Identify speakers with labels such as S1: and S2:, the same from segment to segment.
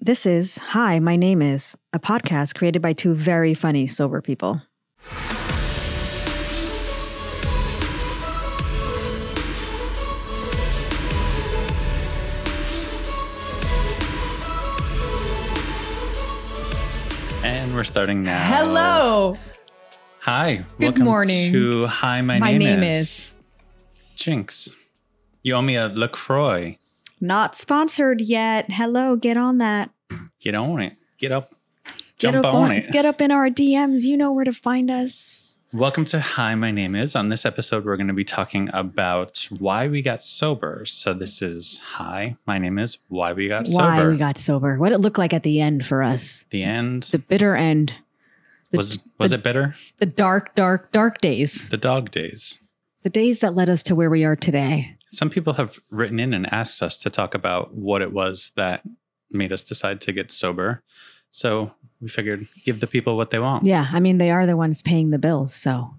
S1: This is Hi, My Name Is, a podcast created by two very funny sober people.
S2: And we're starting now.
S3: Hello.
S2: Hi.
S3: Good
S2: welcome
S3: morning.
S2: To Hi, my,
S3: My
S2: name,
S3: name
S2: is. Jinx. You owe me a LaCroix.
S1: Not sponsored yet. Hello, get on that.
S2: Get on it. Get up.
S1: Get
S2: Jump
S1: up
S2: on, it.
S1: Get up in our DMs. You know where to find us.
S2: Welcome to Hi, My Name Is. On this episode, we're going to be talking about why we got sober. So, this is Hi, My Name Is, Why We Got
S1: Why
S2: Sober.
S1: we got sober. What it looked like at the end for us.
S2: the end.
S1: The bitter end. The,
S2: was was it better?
S1: the dark, dark, dark days.
S2: The dog days.
S1: The days that led us to where we are today.
S2: Some people have written in and asked us to talk about what it was that made us decide to get sober. So we figured give the people what they want.
S1: Yeah, I mean, they are the ones paying the bills. So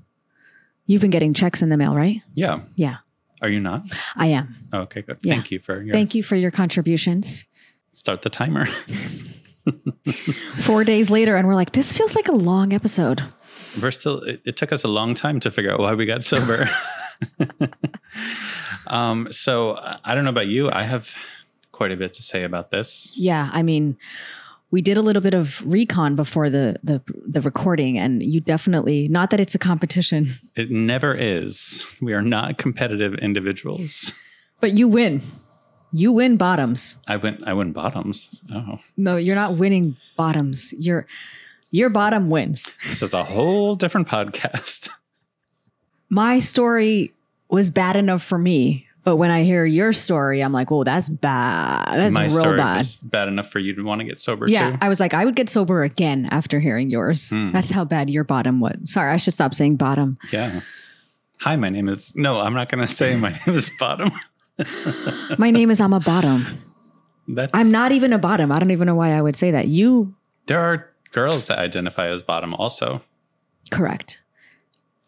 S1: you've been getting checks in the mail, right?
S2: Yeah.
S1: Yeah.
S2: Are you not?
S1: I am.
S2: Oh, okay, good.
S1: Yeah.
S2: Thank you for your
S1: Thank you for your contributions.
S2: start the timer.
S1: Four days later, and we're like, this feels like a long episode.
S2: We're still it, it took us a long time to figure out why we got sober. um so I- I don't know about you. I have quite a bit to say about this.
S1: Yeah, I mean, we did a little bit of recon before the the the recording, and you definitely not that it's a competition,
S2: It never is. We are not competitive individuals.
S1: but you win. You win bottoms.
S2: I went I went bottoms. Oh.
S1: No, you're not winning bottoms. Your your bottom wins.
S2: This is a whole different podcast.
S1: My story was bad enough for me, but when I hear your story, I'm like, oh, that's bad. That's
S2: My
S1: real
S2: story
S1: bad.
S2: was bad enough for you to want to get sober
S1: yeah,
S2: too.
S1: I was like, I would get sober again after hearing yours.
S2: Hmm.
S1: That's how bad your bottom was. Sorry, I should stop saying bottom.
S2: yeah. Hi, my name is No, I'm not gonna say my name is Bottom.
S1: My name is I'm a bottom.
S2: That's
S1: I'm not even a bottom. I don't even know why I would say that. You
S2: There are girls that identify as bottom also.
S1: correct.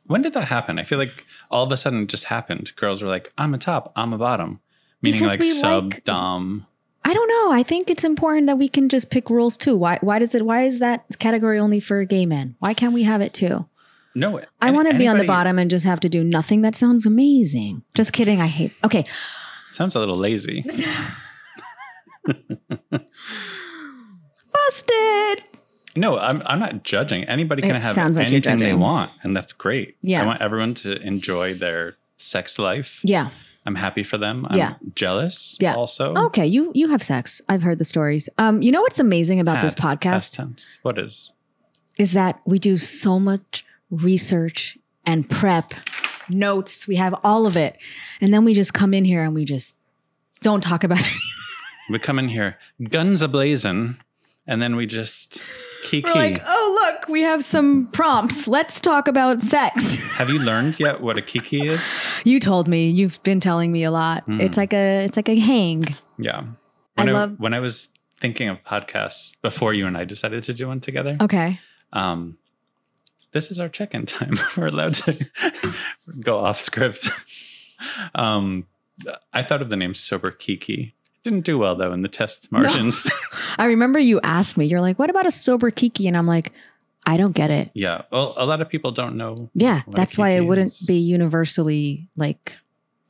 S2: When did that happen? I feel like all of a sudden it just happened. Girls were like, I'm a top, I'm a bottom. Meaning
S1: Because
S2: like
S1: we
S2: sub
S1: like-
S2: dom.
S1: I don't know. I think it's important that we can just pick rules too. Why why does it why is that category only for gay men? Why can't we have it too?
S2: No,
S1: I
S2: an-
S1: want to be on the
S2: anybody-
S1: bottom and just have to do nothing. That sounds amazing. Just kidding. I hate. Okay.
S2: Sounds a little lazy.
S1: Busted.
S2: No, I'm, I'm not judging. Anybody can
S1: It
S2: have
S1: sounds like you're
S2: anything they
S1: judging.
S2: want, and that's great.
S1: Yeah.
S2: I want everyone to enjoy their sex life.
S1: Yeah.
S2: I'm happy for them. I'm
S1: Yeah.
S2: jealous
S1: Yeah. Oh,
S2: also.
S1: Okay, you you have sex. I've heard the stories. Um, you know what's amazing about this
S2: Had,
S1: podcast?
S2: past tense. What is?
S1: is that we do so much research and prep, notes, we have all of it. And then we just come in here and we just don't talk about it.
S2: We come in here, guns ablazing, and then we just kiki.
S1: We're like, oh, look, we have some prompts. Let's talk about sex.
S2: Have you learned yet what a kiki is?
S1: you told me, you've been telling me a lot.
S2: Hmm.
S1: It's like a it's like a hang.
S2: Yeah.
S1: I
S2: When I,
S1: love-
S2: when I was thinking of podcasts before you and I decided to do one together,
S1: Okay.
S2: um, this is our check-in time. We're allowed to go off script. um, I thought of the name Sober Kiki. Didn't do well though in the test margins.
S1: I remember you asked me, you're like, what about a sober kiki? And I'm like, I don't get it.
S2: yeah. Well, a lot of people don't know.
S1: Yeah,
S2: what a
S1: that's why it
S2: kiki
S1: wouldn't
S2: is.
S1: be universally like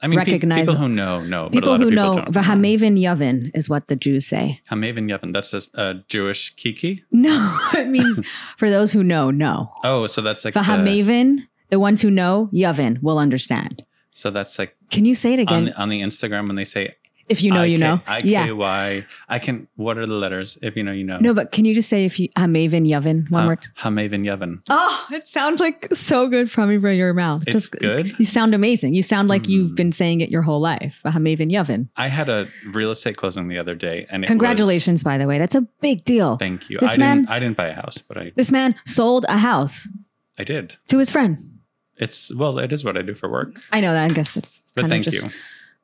S2: I mean, pe-
S1: recognizable.
S2: people who know know. but a
S1: people
S2: lot
S1: who
S2: of people
S1: know
S2: don't
S1: Vahameven Yavin is what the Jews say.
S2: Hamaven Yevon. That's a, a Jewish Kiki.
S1: No, it means for those who know, no.
S2: Oh, so that's like the,
S1: Vahamaven, the ones who know, Yavin will understand.
S2: so that's like
S1: Can you say it
S2: on,
S1: again?
S2: on the Instagram when they say
S1: if you know, you
S2: IK
S1: know. yeah.
S2: IKY. I can. What are the letters? If you know, you know.
S1: No, but can you just say if you Hamaven Yavin one
S2: Ha-
S1: word?
S2: Hamaven Yevon.
S1: Oh, it sounds like so good from from your mouth.
S2: It's
S1: just
S2: good?
S1: You sound amazing. You sound like
S2: Mm.
S1: you've been saying it your whole life. Vahamaven Yavin.
S2: I had a real estate closing the other day, and it was-
S1: Congratulations, by the way. That's a big deal.
S2: thank you.
S1: This
S2: I
S1: man-
S2: didn't. I didn't buy a house, but I.
S1: This man sold a house
S2: I did.
S1: to his friend.
S2: It's well. It is what I do for work.
S1: I know that. I guess it's
S2: But
S1: kind
S2: thank
S1: of
S2: you.
S1: just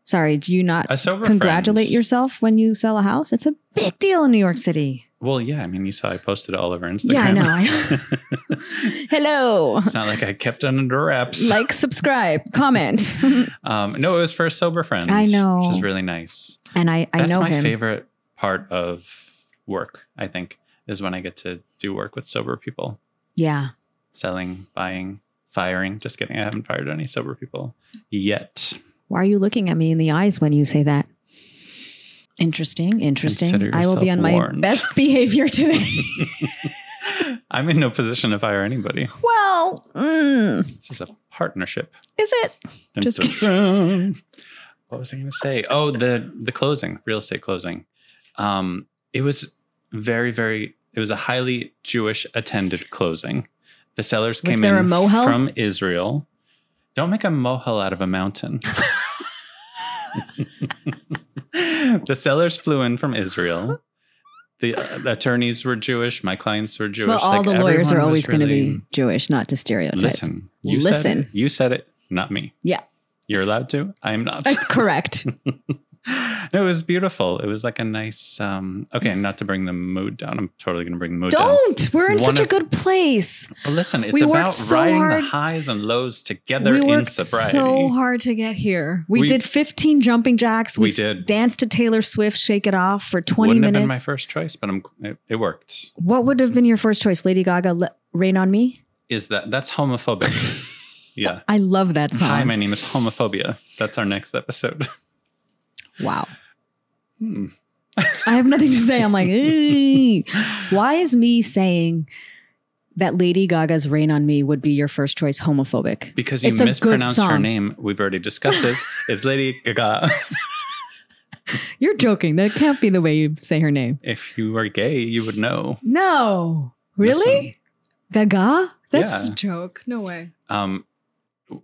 S1: Sorry, do you not
S2: A sober
S1: congratulate
S2: friends-
S1: yourself when you sell a house? It's a big deal in New York City.
S2: Well, yeah. I mean, you saw I posted it all over Instagram.
S1: Yeah, I know. I- Hello.
S2: it's not like I kept it under wraps.
S1: Like, subscribe, comment.
S2: um, no, it was for a sober friend.
S1: I know.
S2: which is really nice.
S1: and I, I
S2: That's
S1: know
S2: my
S1: him.
S2: favorite part of work, I think, is when I get to do work with sober people,
S1: Yeah.
S2: selling, buying, firing. Just kidding. I haven't fired any sober people yet.
S1: Why are you looking at me in the eyes when you say that? Interesting. Interesting.
S2: Consider
S1: I will be
S2: yourself
S1: on
S2: warned.
S1: my best behavior today.
S2: I'm in no position to fire anybody.
S1: well, mm,
S2: This is a partnership.
S1: is it?
S2: Dun,
S1: Just
S2: dun,
S1: kidding.
S2: dun. What was I going to say? Oh, the the closing, real estate closing. Um, it was very, very. It was a highly Jewish attended closing. The sellers
S1: Was
S2: came
S1: there
S2: in
S1: a mohel?
S2: from Israel. Don't make a mohel out of a mountain. the sellers flew in from Israel. The, uh, the attorneys were Jewish. My clients were Jewish.
S1: well, all
S2: Like,
S1: the lawyers
S2: everyone
S1: are
S2: was
S1: always going to
S2: really-
S1: be Jewish, not to stereotype.
S2: Listen, you Said
S1: Listen.
S2: it, you said it, not me.
S1: Yeah.
S2: You're allowed to. I'm not.
S1: Uh, correct.
S2: no, it was beautiful. It was like a nice um okay, not to bring the mood down. I'm totally gonna bring the mood down.
S1: Don't. We're in
S2: One
S1: such a
S2: of-
S1: good place.
S2: But listen, it's
S1: We worked
S2: about
S1: so
S2: riding
S1: hard.
S2: the highs and lows together
S1: We
S2: in
S1: worked
S2: sobriety.
S1: so hard to get here. We,
S2: We-
S1: did 15 jumping jacks. We,
S2: We
S1: s-
S2: did.
S1: danced to Taylor Swift, "Shake It Off" for 20
S2: Wouldn't have been my
S1: minutes.
S2: first choice, but I'm it, it worked.
S1: what would have been your first choice? Lady Gaga, Le- "Rain on Me."
S2: Is that that's homophobic. yeah.
S1: I love that song.
S2: Hi, my name is Homophobia. That's our next episode.
S1: Wow.
S2: Hmm.
S1: I have nothing to say. I'm like, "Eee." why is me saying that Lady Gaga's "Rain on Me" would be your first choice homophobic?
S2: Because you
S1: It's a good
S2: mispronounced her
S1: song.
S2: name. We've already discussed this. It's Lady Gaga.
S1: You're joking. That can't be the way you say her name.
S2: if you were gay, you would know.
S1: No. Really?
S2: Listen.
S1: Gaga? That's
S2: Yeah.
S1: a joke. No way.
S2: um,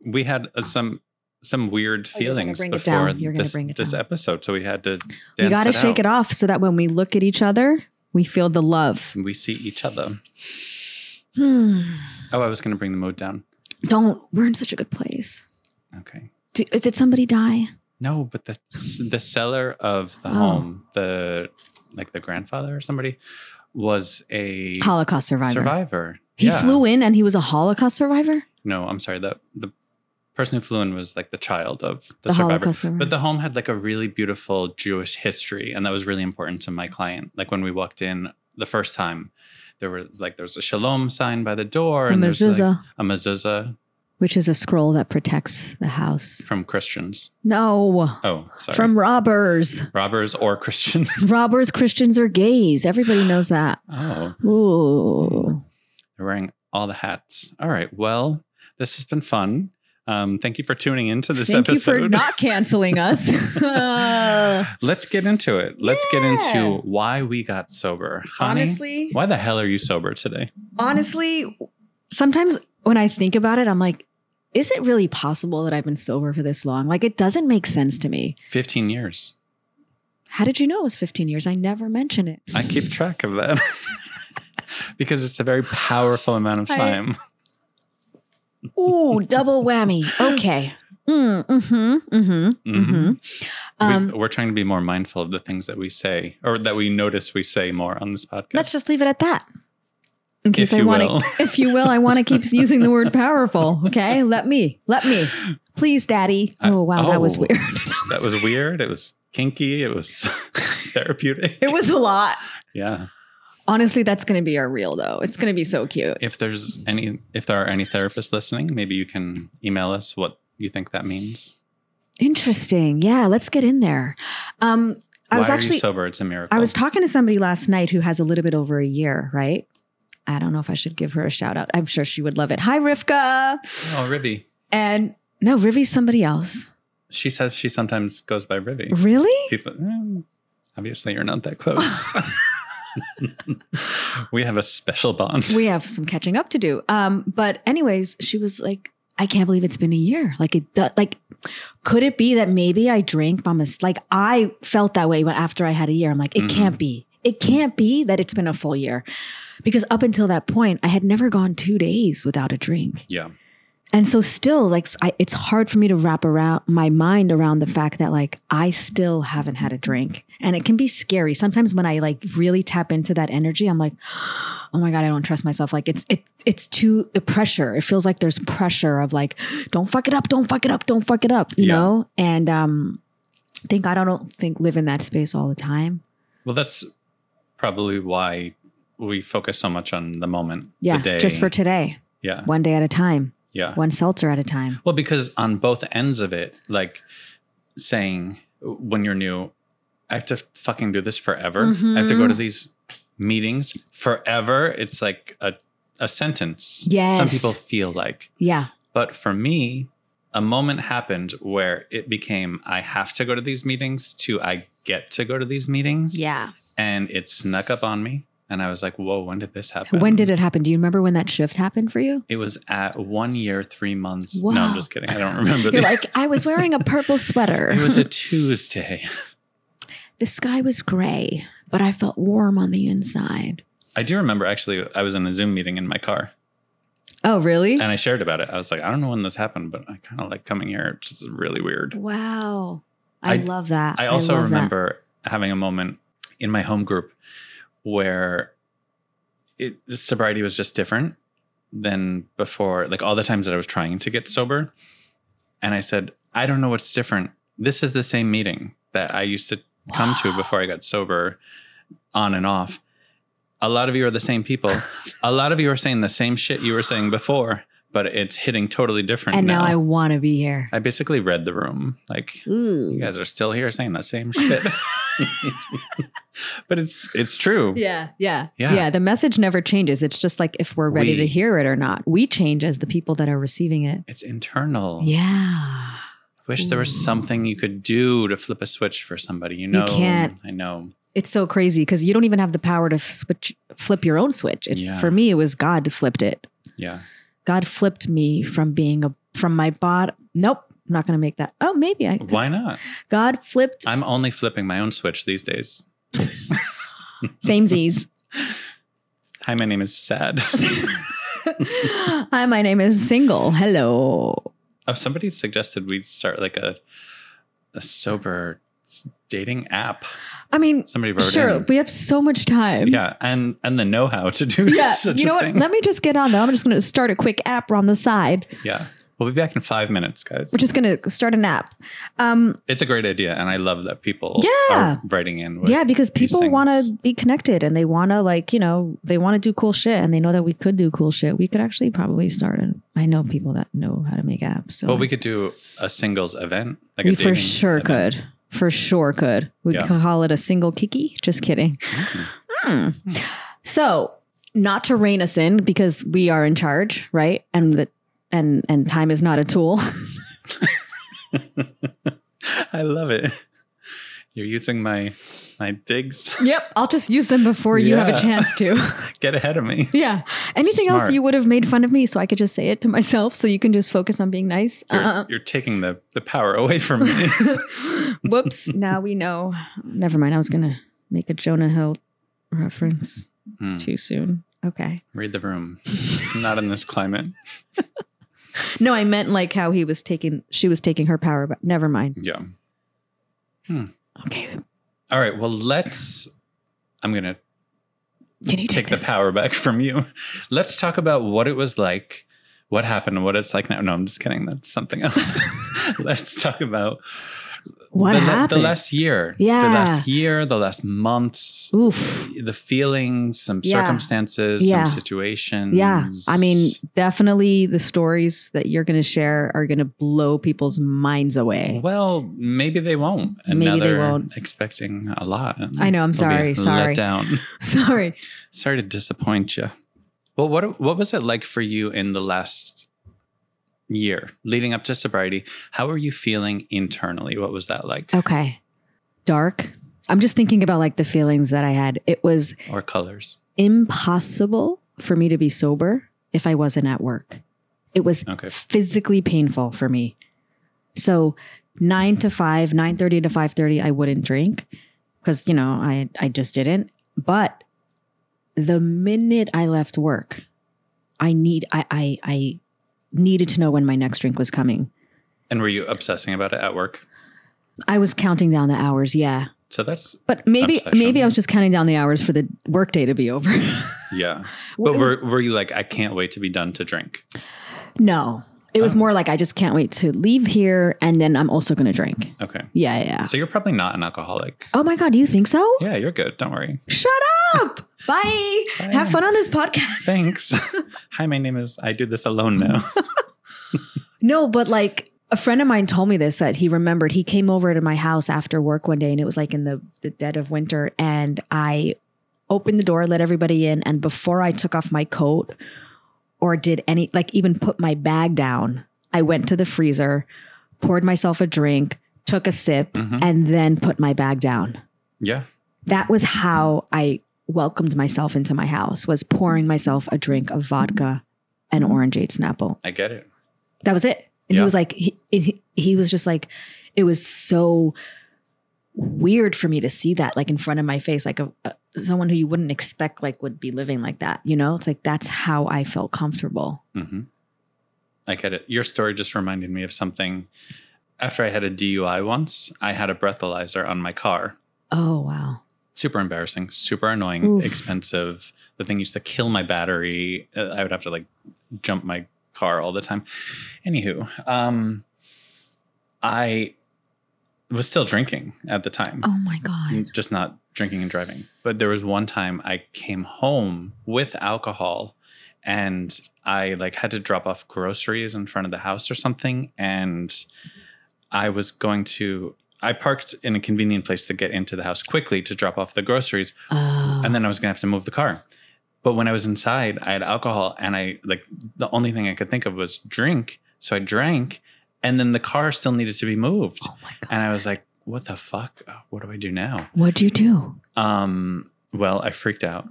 S2: we had uh, some some weird
S1: Oh, you're gonna
S2: feelings
S1: bring it
S2: before
S1: down. You're gonna
S2: this,
S1: bring it
S2: this
S1: down.
S2: episode, so we had to dance
S1: we got to
S2: it
S1: shake it off so that when we look at each other, we feel the love.
S2: We see each other.
S1: Hmm.
S2: Oh, I was going to bring the mood down.
S1: Don't. We're in such a good place.
S2: Okay,
S1: Do, did somebody die?
S2: no, but the the seller of the
S1: Oh.
S2: home, the like the grandfather or somebody, was a
S1: Holocaust survivor.
S2: survivor.
S1: He
S2: Yeah.
S1: flew in and he was a Holocaust survivor?
S2: No, I'm sorry. The the person who flew in was like the child of the,
S1: The,
S2: survivor.
S1: Holocaust survivor.
S2: But the home had like a really beautiful Jewish history, and that was really important to my client. Like when we walked in the first time, there was like there was a shalom sign by the door,
S1: A
S2: there's like,
S1: mezuzah,
S2: a mezuzah
S1: which is a scroll that protects the house.
S2: from Christians.
S1: No.
S2: Oh, sorry,
S1: From robbers.
S2: robbers or Christians.
S1: Robbers, Christians, or gays. Everybody knows that.
S2: oh,
S1: Ooh.
S2: they're wearing all the hats. All right, well, this has been fun. Um, thank you for tuning into this
S1: Thank
S2: episode.
S1: you for not canceling us.
S2: Let's get into it. Let's get
S1: Yeah.
S2: into why we got sober. Honey,
S1: honestly,
S2: why the hell are you sober today?
S1: honestly, sometimes when I think about it, I'm like, is it really possible that I've been sober for this long? Like, it doesn't make sense to me.
S2: 15 years.
S1: How did you know it was 15 years? I never mention it.
S2: I keep track of that because it's a very powerful amount of
S1: I-
S2: time.
S1: Ooh, double whammy. Okay. Mm, mm-hmm. Mm-hmm. Mm-hmm.
S2: Mhm.
S1: Um,
S2: we, are trying to be more mindful of the things that we say or that we notice we say more on this podcast.
S1: Let's just leave it at that. In case
S2: If
S1: I
S2: you
S1: want
S2: will.
S1: to, if you will, I want to keep using the word powerful. Okay, let me, let me, please, Daddy.
S2: I-
S1: oh wow, that was
S2: oh.
S1: weird.
S2: that was weird. It was kinky. It was therapeutic.
S1: it was a lot.
S2: yeah.
S1: Honestly, that's going to be our reel, though. It's going to be so cute.
S2: If there's any, if there are any therapists listening, maybe you can email us what you think that means.
S1: Interesting. Yeah, let's get in there. Um, I
S2: Why
S1: was
S2: are
S1: actually
S2: you um, sober? It's a miracle.
S1: I was talking to somebody last night who has a little bit over a year, right? I don't know if I should give her a shout out. I'm sure she would love it. Hi, Rivka.
S2: oh, Rivy.
S1: And no, Rivi's somebody else.
S2: She says she sometimes goes by Rivy.
S1: Really?
S2: People, "Mm, obviously, you're not that close. we have a special bond.
S1: we have some catching up to do. Um, but anyways, she was like, I can't believe it's been a year. Like it, do- like, could it be that maybe I drank by mistake? Like I felt that way when after I had a year. I'm like, it
S2: Mhm.
S1: can't be. It can't be that it's been a full year, because up until that point, I had never gone two days without a drink,
S2: Yeah.
S1: and so still, like, I, it's hard for me to wrap around my mind around the fact that like I still haven't had a drink, and it can be scary sometimes when I like really tap into that energy. I'm like, oh my god i don't trust myself like it's it it's too the pressure it feels like there's pressure of like don't fuck it up don't fuck it up don't fuck it up you
S2: Yeah.
S1: know and um thank god i don't think live in that space all the time
S2: Well, that's probably why we focus so much on the moment.
S1: Yeah,
S2: the day.
S1: just for today,
S2: yeah,
S1: one day at a time,
S2: yeah.
S1: one seltzer at a time.
S2: Well, because on both ends of it, like saying when you're new, I have to fucking do this forever. I have to go to
S1: Mhm.
S2: these meetings forever. It's like a, a sentence. Some
S1: Yes.
S2: people feel like.
S1: Yeah,
S2: But for me, a moment happened where it became I have to go to these meetings to I get to go to these meetings.
S1: yeah.
S2: And it snuck up on me. And I was like, whoa, when did this happen?
S1: When did it happen? Do you remember when that shift happened for you?
S2: It was at one year, three months. No, I'm
S1: Wow.
S2: just kidding. I don't remember.
S1: You're
S2: the-
S1: like, I was wearing a purple sweater.
S2: It was a Tuesday.
S1: the sky was gray, but I felt warm on the inside.
S2: I do remember actually, I was in a Zoom meeting in my car
S1: Oh, really?
S2: and I shared about it. I was like, I don't know when this happened, but I kind of like coming here. It's just really weird.
S1: Wow. I,
S2: I-
S1: love that.
S2: I also
S1: love that.
S2: remember having a moment in my home group where it, the sobriety was just different than before, like all the times that I was trying to get sober. And I said, I don't know what's different. This is the same meeting that I used to come to
S1: Wow.
S2: before I got sober on and off. A lot of you are the same people. a lot of you are saying the same shit you were saying before, but it's hitting totally different
S1: And now,
S2: now.
S1: I want to be here.
S2: I basically read the room. Like, you
S1: Ooh.
S2: guys are still here saying the same shit. but it's it's true.
S1: Yeah, yeah,
S2: Yeah.
S1: yeah, The message never changes. It's just like if we're ready
S2: We-
S1: to hear it or not. We change as the people that are receiving it.
S2: It's internal.
S1: Yeah.
S2: Wish there was something you could do to flip a switch for somebody. You
S1: You
S2: know,
S1: can't.
S2: I know.
S1: It's so crazy because you don't even have the power to switch, flip your own switch. It's
S2: Yeah.
S1: for me, it was God flipped it.
S2: Yeah.
S1: God flipped me from being a from my bod. Nope, I'm not going to make that. Oh, maybe I. could.
S2: Why not?
S1: God flipped
S2: I'm only flipping my own switch these days.
S1: same Z's.
S2: Hi, my name is Sad.
S1: Hi, my name is Single. Hello.
S2: oh, somebody suggested we start like a a sober s- dating app.
S1: I mean,
S2: Somebody wrote
S1: sure,
S2: in.
S1: we have so much time.
S2: Yeah, and and the know-how to do
S1: Yeah,
S2: such
S1: you know
S2: a
S1: what?
S2: thing.
S1: Let me just get on though. I'm just going to start a quick app on the side.
S2: yeah. We'll be back in five minutes, guys.
S1: We're just going to start an app. Um,
S2: It's a great idea, and I love that people
S1: Yeah.
S2: are writing in. With,
S1: yeah, because
S2: these
S1: people want
S2: things.
S1: to be connected and they want to like you know they want to do cool shit and they know that we could do cool shit. We could actually probably start. An, I know people that know how to make apps. So
S2: Well, we could do a singles event, like a
S1: we for
S2: dating
S1: sure
S2: event.
S1: could. For sure could. We
S2: Yeah.
S1: could call it a single kiki. Just kidding.
S2: Mm.
S1: Hmm. So, not to rein us in because we are in charge, right? And the and and time is not a tool.
S2: I love it. You're using my my digs.
S1: yep, I'll just use them before you have
S2: Yeah.
S1: a chance to.
S2: Get ahead of me.
S1: yeah. Anything else
S2: Smart.
S1: you would have made fun of me, so I could just say it to myself, so you can just focus on being nice.
S2: You're,
S1: Uh,
S2: you're taking the the power away from me.
S1: whoops! Now we know. Never mind. I was gonna make a Jonah Hill reference
S2: Hmm.
S1: too soon. Okay.
S2: Read the room. It's not in this climate.
S1: No, I meant like how he was taking, she was taking her power, but never mind.
S2: Yeah.
S1: Okay.
S2: All right. Well, let's. I'm gonna
S1: Can you take
S2: take the
S1: this?
S2: power back from you. Let's talk about what it was like, what happened, and what it's like now. No, I'm just kidding. That's something else. Let's talk about
S1: What
S2: the, la-
S1: happened?
S2: the last year. The
S1: Yeah.
S2: last year, the last months,
S1: Oof.
S2: the feelings, some
S1: Yeah.
S2: circumstances,
S1: Yeah.
S2: some situations.
S1: Yeah. I mean,
S2: Mm.
S1: definitely the stories that you're going to share are going to blow people's minds away.
S2: well, maybe they won't. And
S1: eh. Maybe
S2: now
S1: they
S2: they're
S1: won't.
S2: Expecting a lot.
S1: I know, I'm
S2: They'll
S1: sorry,
S2: be
S1: sorry.
S2: Let down.
S1: Sorry.
S2: Sorry to disappoint you. Well, what what was it like for you in the last year leading up to sobriety? How were you feeling internally? What was that like?
S1: Okay. Dark. I'm just thinking about like the feelings that I had. It was
S2: Or colors?
S1: impossible for me to be sober if I wasn't at work. It was
S2: Okay.
S1: physically painful for me. So nine to five, nine thirty to five thirty, I wouldn't drink because you know I I just didn't. But the minute I left work, I need I I, I needed to know when my next drink was coming.
S2: And were you obsessing about it at work?
S1: I was counting down the hours, yeah.
S2: So that's
S1: But maybe
S2: Obsession.
S1: maybe I was just counting down the hours for the workday to be over.
S2: yeah.
S1: It
S2: But
S1: was-
S2: were were you like I can't wait to be done to drink?
S1: no. It was
S2: Oh.
S1: more like I just can't wait to leave here, and then I'm also gonna drink.
S2: Okay.
S1: Yeah, yeah. yeah.
S2: So you're probably not an alcoholic.
S1: Oh my god, do you think so?
S2: Yeah, you're good. Don't worry.
S1: Shut up! Bye.
S2: Bye.
S1: Have fun on this podcast.
S2: Thanks. Hi, my name is I do this alone now.
S1: No, but like a friend of mine told me this that he remembered. He came over to my house after work one day and it was like in the, the dead of winter. And I opened the door, let everybody in. And before I took off my coat or did any, like even put my bag down, I went to the freezer, poured myself a drink, took a sip,
S2: Mhm.
S1: and then put my bag down.
S2: Yeah.
S1: That was how I welcomed myself into my house was pouring myself a drink of vodka and orangeade snapple
S2: I get it.
S1: that was it. And he
S2: Yeah.
S1: was like, he, he, he was just like, it was so weird for me to see that like in front of my face, like a, a, someone who you wouldn't expect like would be living like that. You know, it's like that's how I felt comfortable.
S2: hmm I get it. Your story just reminded me of something. After I had a DUI once, I had a breathalyzer on my car.
S1: Oh wow,
S2: Super embarrassing, super annoying,
S1: Oof.
S2: expensive. The thing used to kill my battery. Uh, I would have to like jump my car all the time. Anywho, um, I was still drinking at the time.
S1: oh my god,
S2: N- just not drinking and driving. But there was one time I came home with alcohol and I like had to drop off groceries in front of the house or something and I was going to I parked in a convenient place to get into the house quickly to drop off the groceries
S1: oh,
S2: and then I was going to have to move the car. But when I was inside, I had alcohol and I like the only thing I could think of was drink, so I drank and then the car still needed to be moved.
S1: oh my god,
S2: And I was like, what the fuck? Uh, What do I do now?
S1: what'd you do?
S2: Um, well, I freaked out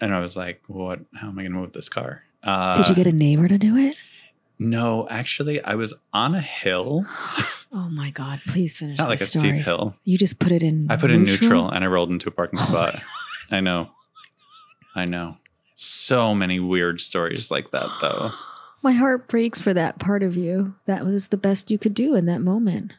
S2: and I was like, what, how am I going to move this car? Uh,
S1: Did you get a neighbor to do it?
S2: No, actually, I was on a hill,
S1: Oh my god, please finish.
S2: not like a
S1: this story.
S2: steep hill.
S1: You just put it in.
S2: I put in neutral and I rolled into a parking
S1: Oh my
S2: spot. I know. I know. So many weird stories like that, though.
S1: My heart breaks for that part of you. That was the best you could do in that moment.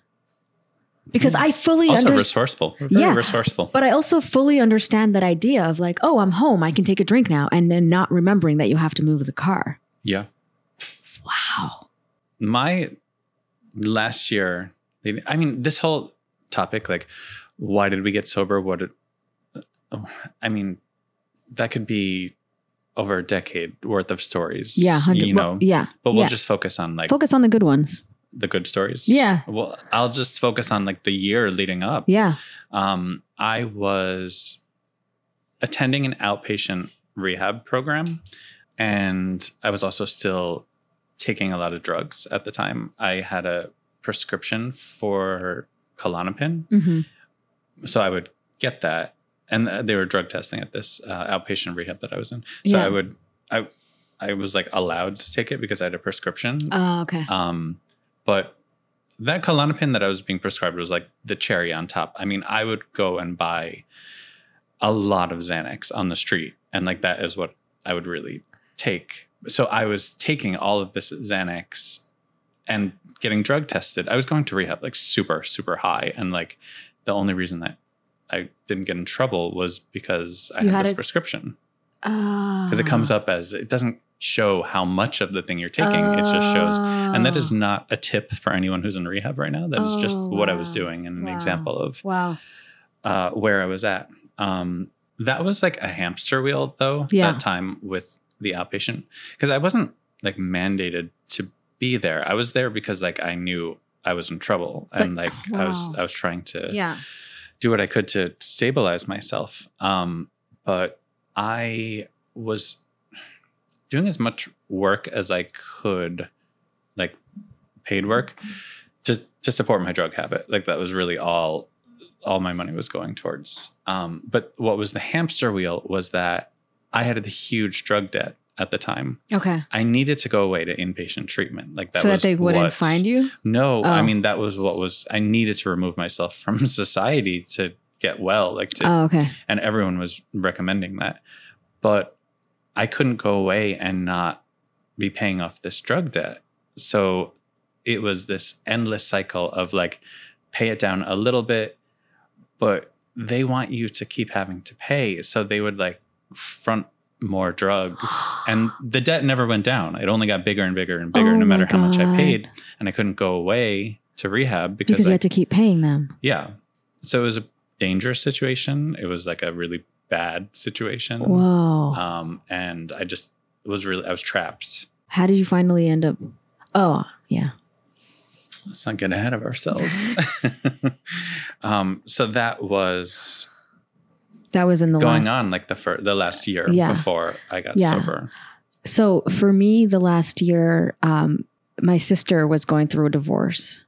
S1: Because I fully
S2: Also
S1: understand.
S2: resourceful. We're Very
S1: Yeah.
S2: resourceful.
S1: But I also fully understand that idea of like, oh, I'm home. I can take a drink now. And then not remembering that you have to move the car.
S2: Yeah.
S1: Wow.
S2: my last year i mean this whole topic like why did we get sober what did, oh, i mean that could be over a decade worth of stories
S1: Yeah. 100,
S2: you
S1: well,
S2: know
S1: yeah.
S2: but we'll
S1: yeah.
S2: just focus on like
S1: Focus on the good ones.
S2: the good stories
S1: Yeah.
S2: well i'll just focus on like the year leading up
S1: Yeah.
S2: um i was attending an outpatient rehab program and i was also still taking a lot of drugs at the time i had a prescription for klonopin
S1: hmm
S2: so i would get that and uh, they were drug testing at this uh, outpatient rehab that i was in so
S1: Yeah.
S2: i would i i was like allowed to take it because i had a prescription
S1: Oh, okay.
S2: um, but that Klonopin that I was being prescribed was like the cherry on top. I mean, I would go and buy a lot of Xanax on the street, and like that is what I would really take. So I was taking all of this Xanax and getting drug tested. I was going to rehab like super, super high, and like the only reason that I didn't get in trouble was because I
S1: You
S2: had,
S1: had
S2: this
S1: it-
S2: prescription
S1: Because
S2: because Uh,
S1: Ah.
S2: it comes up as it doesn't show how much of the thing you're taking. it just shows and that is not a tip for anyone who's in rehab right now. That is just
S1: Oh,
S2: what I was
S1: wow.
S2: doing and an
S1: Wow.
S2: example of
S1: Wow.
S2: uh, where I was at. Um, that was like a hamster wheel, though,
S1: Yeah.
S2: that time with the outpatient. Because I wasn't like mandated to be there. I was there because like I knew I was in trouble and
S1: But-
S2: like I was
S1: wow.
S2: I was trying to
S1: Yeah.
S2: do what I could to stabilize myself. Um, but I was doing as much work as I could, like paid work, to to support my drug habit. Like that was really all all my money was going towards. Um, but what was the hamster wheel was that I had a huge drug debt at the time.
S1: Okay.
S2: I needed to go away to inpatient treatment. Like that
S1: so
S2: was
S1: that they wouldn't
S2: what-
S1: find you?
S2: no, I
S1: Oh.
S2: mean that was what was I needed to remove myself from society to get well, like to
S1: Oh, okay.
S2: and everyone was recommending that. But I couldn't go away and not be paying off this drug debt. So it was this endless cycle of like pay it down a little bit, but they want you to keep having to pay. So they would like front more drugs. and the debt never went down. It only got bigger and bigger and bigger,
S1: Oh
S2: no
S1: my
S2: matter how much I
S1: God.
S2: paid. And I couldn't go away to rehab because,
S1: because you
S2: I,
S1: had to keep paying them.
S2: yeah. So it was a dangerous situation. It was like a really bad situation.
S1: Whoa.
S2: Um, and I just was really, I was trapped.
S1: How did you finally end up? Oh, yeah.
S2: let's not get ahead of ourselves. um, so that was
S1: That was in the
S2: going
S1: last.
S2: on like the fir- the last year
S1: Yeah.
S2: before I got
S1: Yeah.
S2: sober.
S1: So for me, the last year, um, my sister was going through a divorce.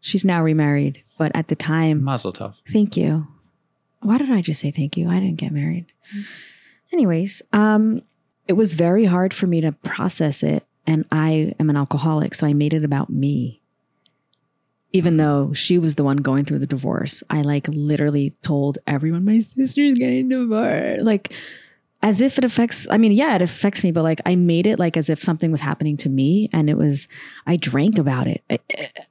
S1: She's now remarried, but at the time,
S2: Mazel tov.
S1: Thank you. Why did I just say thank you? I didn't get married. Anyways, um, it was very hard for me to process it. And I am an alcoholic, so I made it about me. Even though she was the one going through the divorce, I like literally told everyone, my sister's getting divorced. Like, as if it affects, I mean, yeah, it affects me, but like I made it like as if something was happening to me. And it was, I drank about it. I,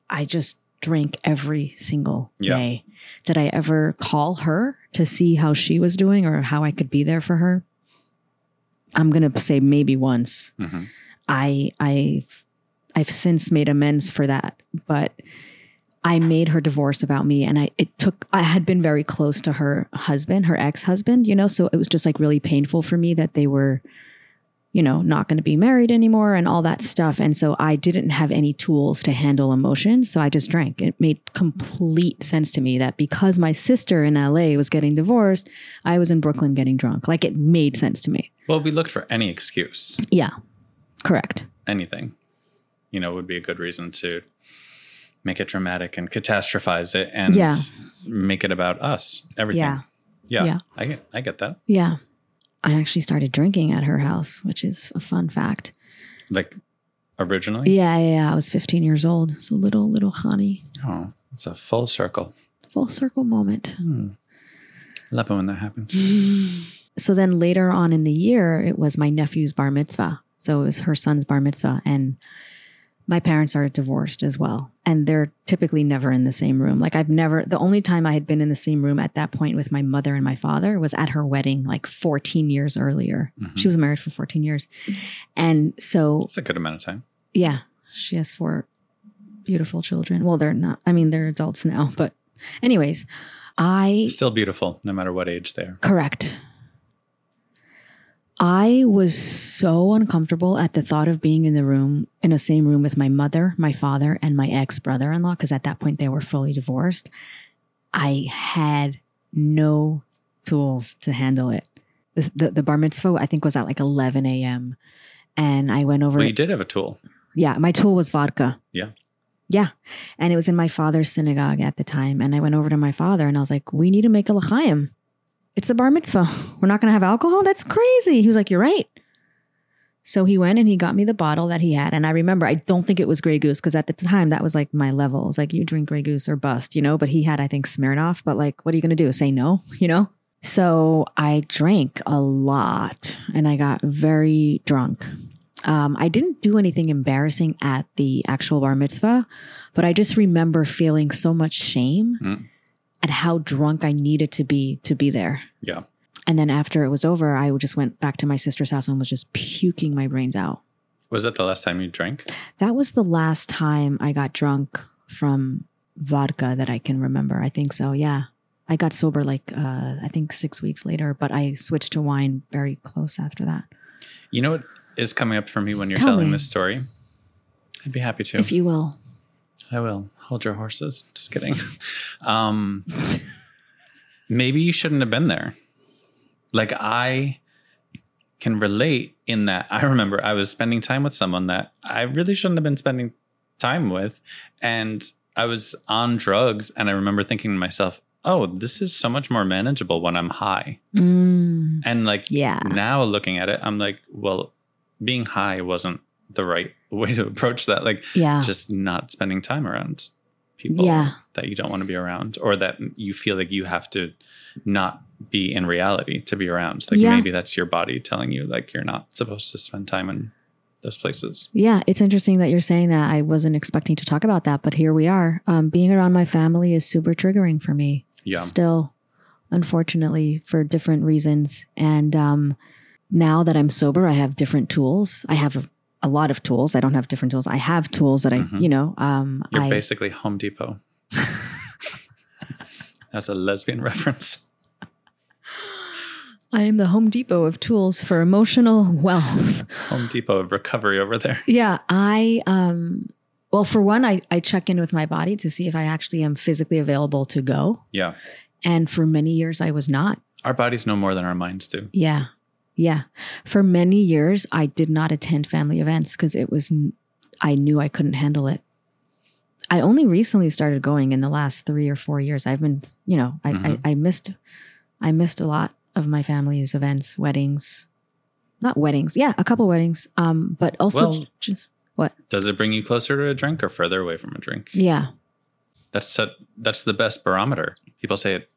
S1: I just drank every single
S2: Yeah.
S1: day did I ever call her to see how she was doing or how I could be there for her? I'm going to say maybe once.
S2: hmm
S1: I I've I've since made amends for that, but I made her divorce about me and I it took I had been very close to her husband, her ex-husband, you know, so it was just like really painful for me that they were you know, not going to be married anymore and all that stuff. And so I didn't have any tools to handle emotion, so I just drank. It made complete sense to me that because my sister in LA was getting divorced, I was in Brooklyn getting drunk. Like it made sense to me.
S2: Well, we looked for any excuse,
S1: Yeah. Correct.
S2: anything, you know, would be a good reason to make it dramatic and catastrophize it and
S1: Yeah.
S2: make it about us. Everything.
S1: Yeah.
S2: Yeah.
S1: Yeah.
S2: I get, I get that.
S1: Yeah. I actually started drinking at her house, which is a fun fact.
S2: Like originally.
S1: Yeah, yeah, yeah. I was 15 years old. So little, little honey.
S2: Oh, it's a full circle.
S1: Full circle moment.
S2: Hmm. Love it when that happens.
S1: so then later on in the year, it was my nephew's bar mitzvah. So it was her son's bar mitzvah. And my parents are divorced as well. And they're typically never in the same room. Like I've never, the only time I had been in the same room at that point with my mother and my father was at her wedding like 14 years earlier.
S2: Mhm.
S1: She was married for 14 years. And so
S2: It's a good amount of time.
S1: Yeah. She has four beautiful children. Well, they're not, I mean, they're adults now, but anyways, I,
S2: Still beautiful, no matter what age they are.
S1: correct. I was so uncomfortable at the thought of being in the room, in the same room with my mother, my father, and my ex brother in law, because at that point they were fully divorced. I had no tools to handle it. The, the, the bar mitzvah, I think, was at like 11 a.m. And I went over.
S2: Well, you did have a tool.
S1: Yeah, my tool was vodka.
S2: Yeah.
S1: Yeah. And it was in my father's synagogue at the time. And I went over to my father and I was like, we need to make a l'chaim. It's a bar mitzvah. We're not going to have alcohol? That's crazy. He was like, you're right. So he went and he got me the bottle that he had. And I remember, I don't think it was Grey Goose because at the time that was like my level. It was like, you drink Grey Goose or bust, you know? But he had, I think, Smirnoff. But like, what are you going to do? Say no, you know? So I drank a lot and I got very drunk. Um, I didn't do anything embarrassing at the actual bar mitzvah, but I just remember feeling so much shame
S2: Mm.
S1: at how drunk I needed to be to be there.
S2: Yeah.
S1: And then after it was over, I just went back to my sister's house and was just puking my brains out.
S2: Was that the last time you drank?
S1: That was the last time I got drunk from vodka that I can remember. I think so. Yeah. I got sober like, uh, I think six weeks later, but I switched to wine very close after that.
S2: You know what is coming up for me when you're
S1: Tell
S2: telling
S1: me.
S2: this story? I'd be happy to.
S1: If you will.
S2: I will. Hold your horses. Just kidding. Um, maybe you shouldn't have been there. Like, I can relate in that I remember I was spending time with someone that I really shouldn't have been spending time with. And I was on drugs. And I remember thinking to myself, oh, this is so much more manageable when I'm high.
S1: Mm,
S2: And like,
S1: yeah.
S2: now looking at it, I'm like, well, being high wasn't the right way to approach that. Like,
S1: Yeah.
S2: just not spending time around people
S1: Ah. Yeah.
S2: that you don't want to be around or that you feel like you have to not be in reality to be around. Like,
S1: Yeah.
S2: maybe that's your body telling you, like, you're not supposed to spend time in those places.
S1: Yeah, it's interesting that you're saying that. I wasn't expecting to talk about that, but here we are. Um, being around my family is super triggering for me
S2: Yeah.
S1: still, unfortunately, for different reasons. And um, now that I'm sober, I have different tools. I have a, a lot of tools. I don't have different tools. I have tools that I,
S2: Mhm.
S1: you know, um,
S2: You're
S1: I,
S2: basically Home Depot. That's a lesbian reference.
S1: I am the Home Depot of tools for emotional wealth.
S2: Home Depot of recovery over there.
S1: yeah, I, um, well, for one, I, I check in with my body to see if I actually am physically available to go.
S2: Yeah.
S1: And for many years, I was not.
S2: Our bodies know more than our minds do.
S1: Yeah. Yeah. For many years, I did not attend family events because it was, I knew I couldn't handle it. I only recently started going in the last three or four years. I've been, you know, I,
S2: Mhm.
S1: I, I missed, I missed a lot of my family's events, weddings, not weddings. Yeah. A couple weddings. Um, but also
S2: Well-
S1: just,
S2: Does it bring you closer to a drink or further away from a drink?
S1: yeah.
S2: That's set, that's the best barometer. People say it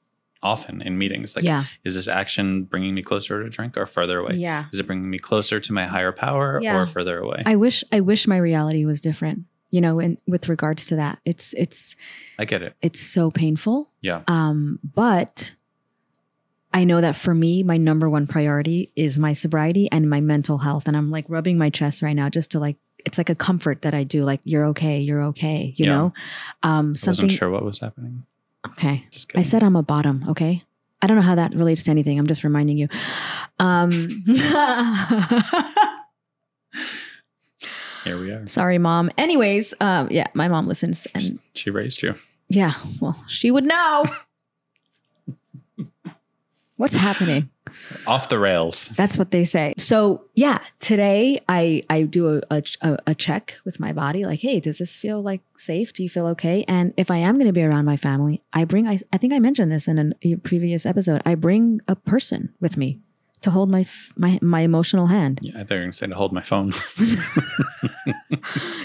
S2: often in meetings. Like,
S1: yeah.
S2: is this action bringing me closer to a drink or further away?
S1: Yeah.
S2: Is it bringing me closer to my higher power
S1: Yeah.
S2: or further away? I,
S1: I wish, I wish my reality was different, you know, and with regards to that, it's, it's,
S2: get it.
S1: it's so painful.
S2: Yeah.
S1: Um, but I know that for me, my number one priority is my sobriety and my mental health. And I'm like rubbing my chest right now just to like, it's like a comfort that I do. Like, you're okay, you're okay, you
S2: Yeah.
S1: know? Um,
S2: I
S1: something.
S2: wasn't sure what was happening.
S1: Okay.
S2: Just kidding.
S1: I said I'm a bottom, okay? I don't know how that relates to anything. I'm just reminding you. Um,
S2: here we are.
S1: sorry, mom. Anyways, um, yeah, my mom listens and
S2: She raised you.
S1: yeah, well, she would know. What's happening?
S2: Off the rails.
S1: That's what they say. So yeah, today I I do a, a a check with my body, like, hey, does this feel like safe? Do you feel okay? And if I am going to be around my family, I bring. I I think I mentioned this in an- a previous episode. I bring a person with me to hold my f- my my emotional hand
S2: Yeah, I thought you were going to say to hold my phone.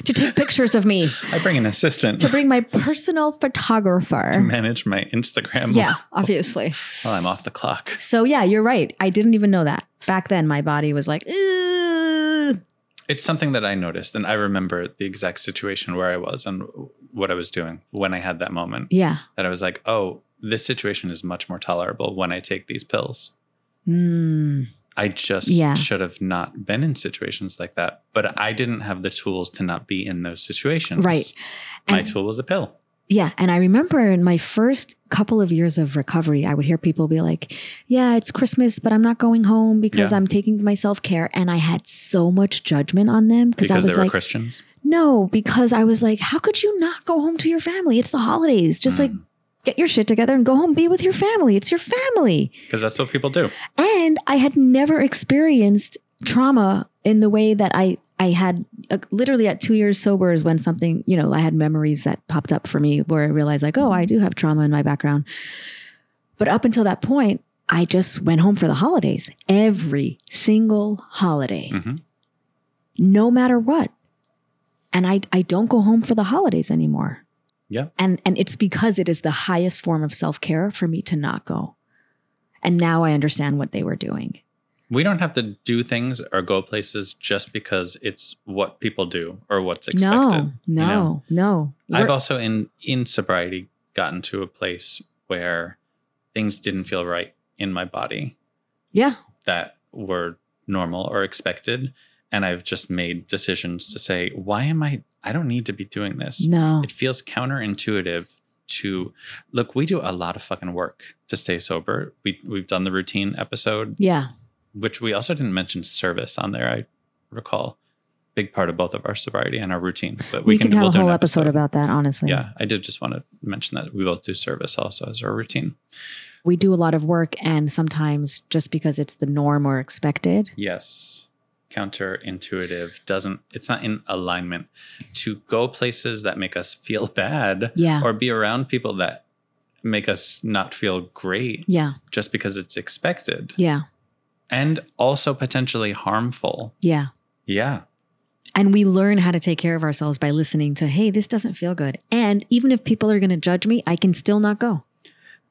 S1: to take pictures of me
S2: I bring an assistant
S1: to
S2: to
S1: bring my personal photographer.
S2: manage my Instagram
S1: Yeah, obviously.
S2: while I'm off the clock.
S1: So yeah, you're right. I didn't even know that back then. My body was like, Ooh.
S2: It's something that I noticed, and I remember the exact situation where I was and what I was doing when I had that moment.
S1: yeah.
S2: That I was like, oh, this situation is much more tolerable when I take these pills.
S1: Mm.
S2: I just
S1: Yeah.
S2: should have not been in situations like that, but I didn't have the tools to not be in those situations.
S1: Right.
S2: My
S1: And-
S2: tool was a pill.
S1: Yeah. And I remember in my first couple of years of recovery, I would hear people be like, yeah, it's Christmas, but I'm not going home because
S2: Yeah.
S1: I'm taking my self care. And I had so much judgment on them because I
S2: Because
S1: was
S2: they were
S1: like,
S2: Christians.
S1: no, because I was like, how could you not go home to your family? It's the holidays. Just
S2: Mm.
S1: like get your shit together and go home, be with your family. It's your family.
S2: because that's what people do.
S1: And I had never experienced trauma in the way that I I had uh, literally at two years sober is when something you know I had memories that popped up for me where I realized like oh I do have trauma in my background, but up until that point I just went home for the holidays every single holiday
S2: Mhm.
S1: no matter what, and I I don't go home for the holidays anymore.
S2: Yeah.
S1: and and it's because it is the highest form of self care for me to not go, and now I understand what they were doing.
S2: We don't have to do things or go places just because it's what people do or what's expected.
S1: no,
S2: you know?
S1: no, no.
S2: I've
S1: We're-
S2: also in in sobriety gotten to a place where things didn't feel right in my body
S1: yeah,
S2: that were normal or expected and I've just made decisions to say why am I I don't need to be doing this.
S1: no,
S2: It feels counterintuitive to look we do a lot of fucking work to stay sober. We we've done the routine episode
S1: yeah,
S2: which we also didn't mention service on there. I recall big part of both of our sobriety and our routines, but we,
S1: we, can, have
S2: we'll
S1: a
S2: do an
S1: whole episode, about that. Honestly,
S2: Yeah, I did just want to mention that we both do service also as our routine.
S1: we do a lot of work, and sometimes just because it's the norm or expected,
S2: Yes, counterintuitive doesn't. It's not in alignment to go places that make us feel bad
S1: yeah,
S2: or be around people that make us not feel great
S1: yeah,
S2: just because it's expected
S1: yeah,
S2: and also potentially harmful.
S1: yeah.
S2: Yeah,
S1: And we learn how to take care of ourselves by listening to, hey, this doesn't feel good. And even if people are going to judge me, I can still not go.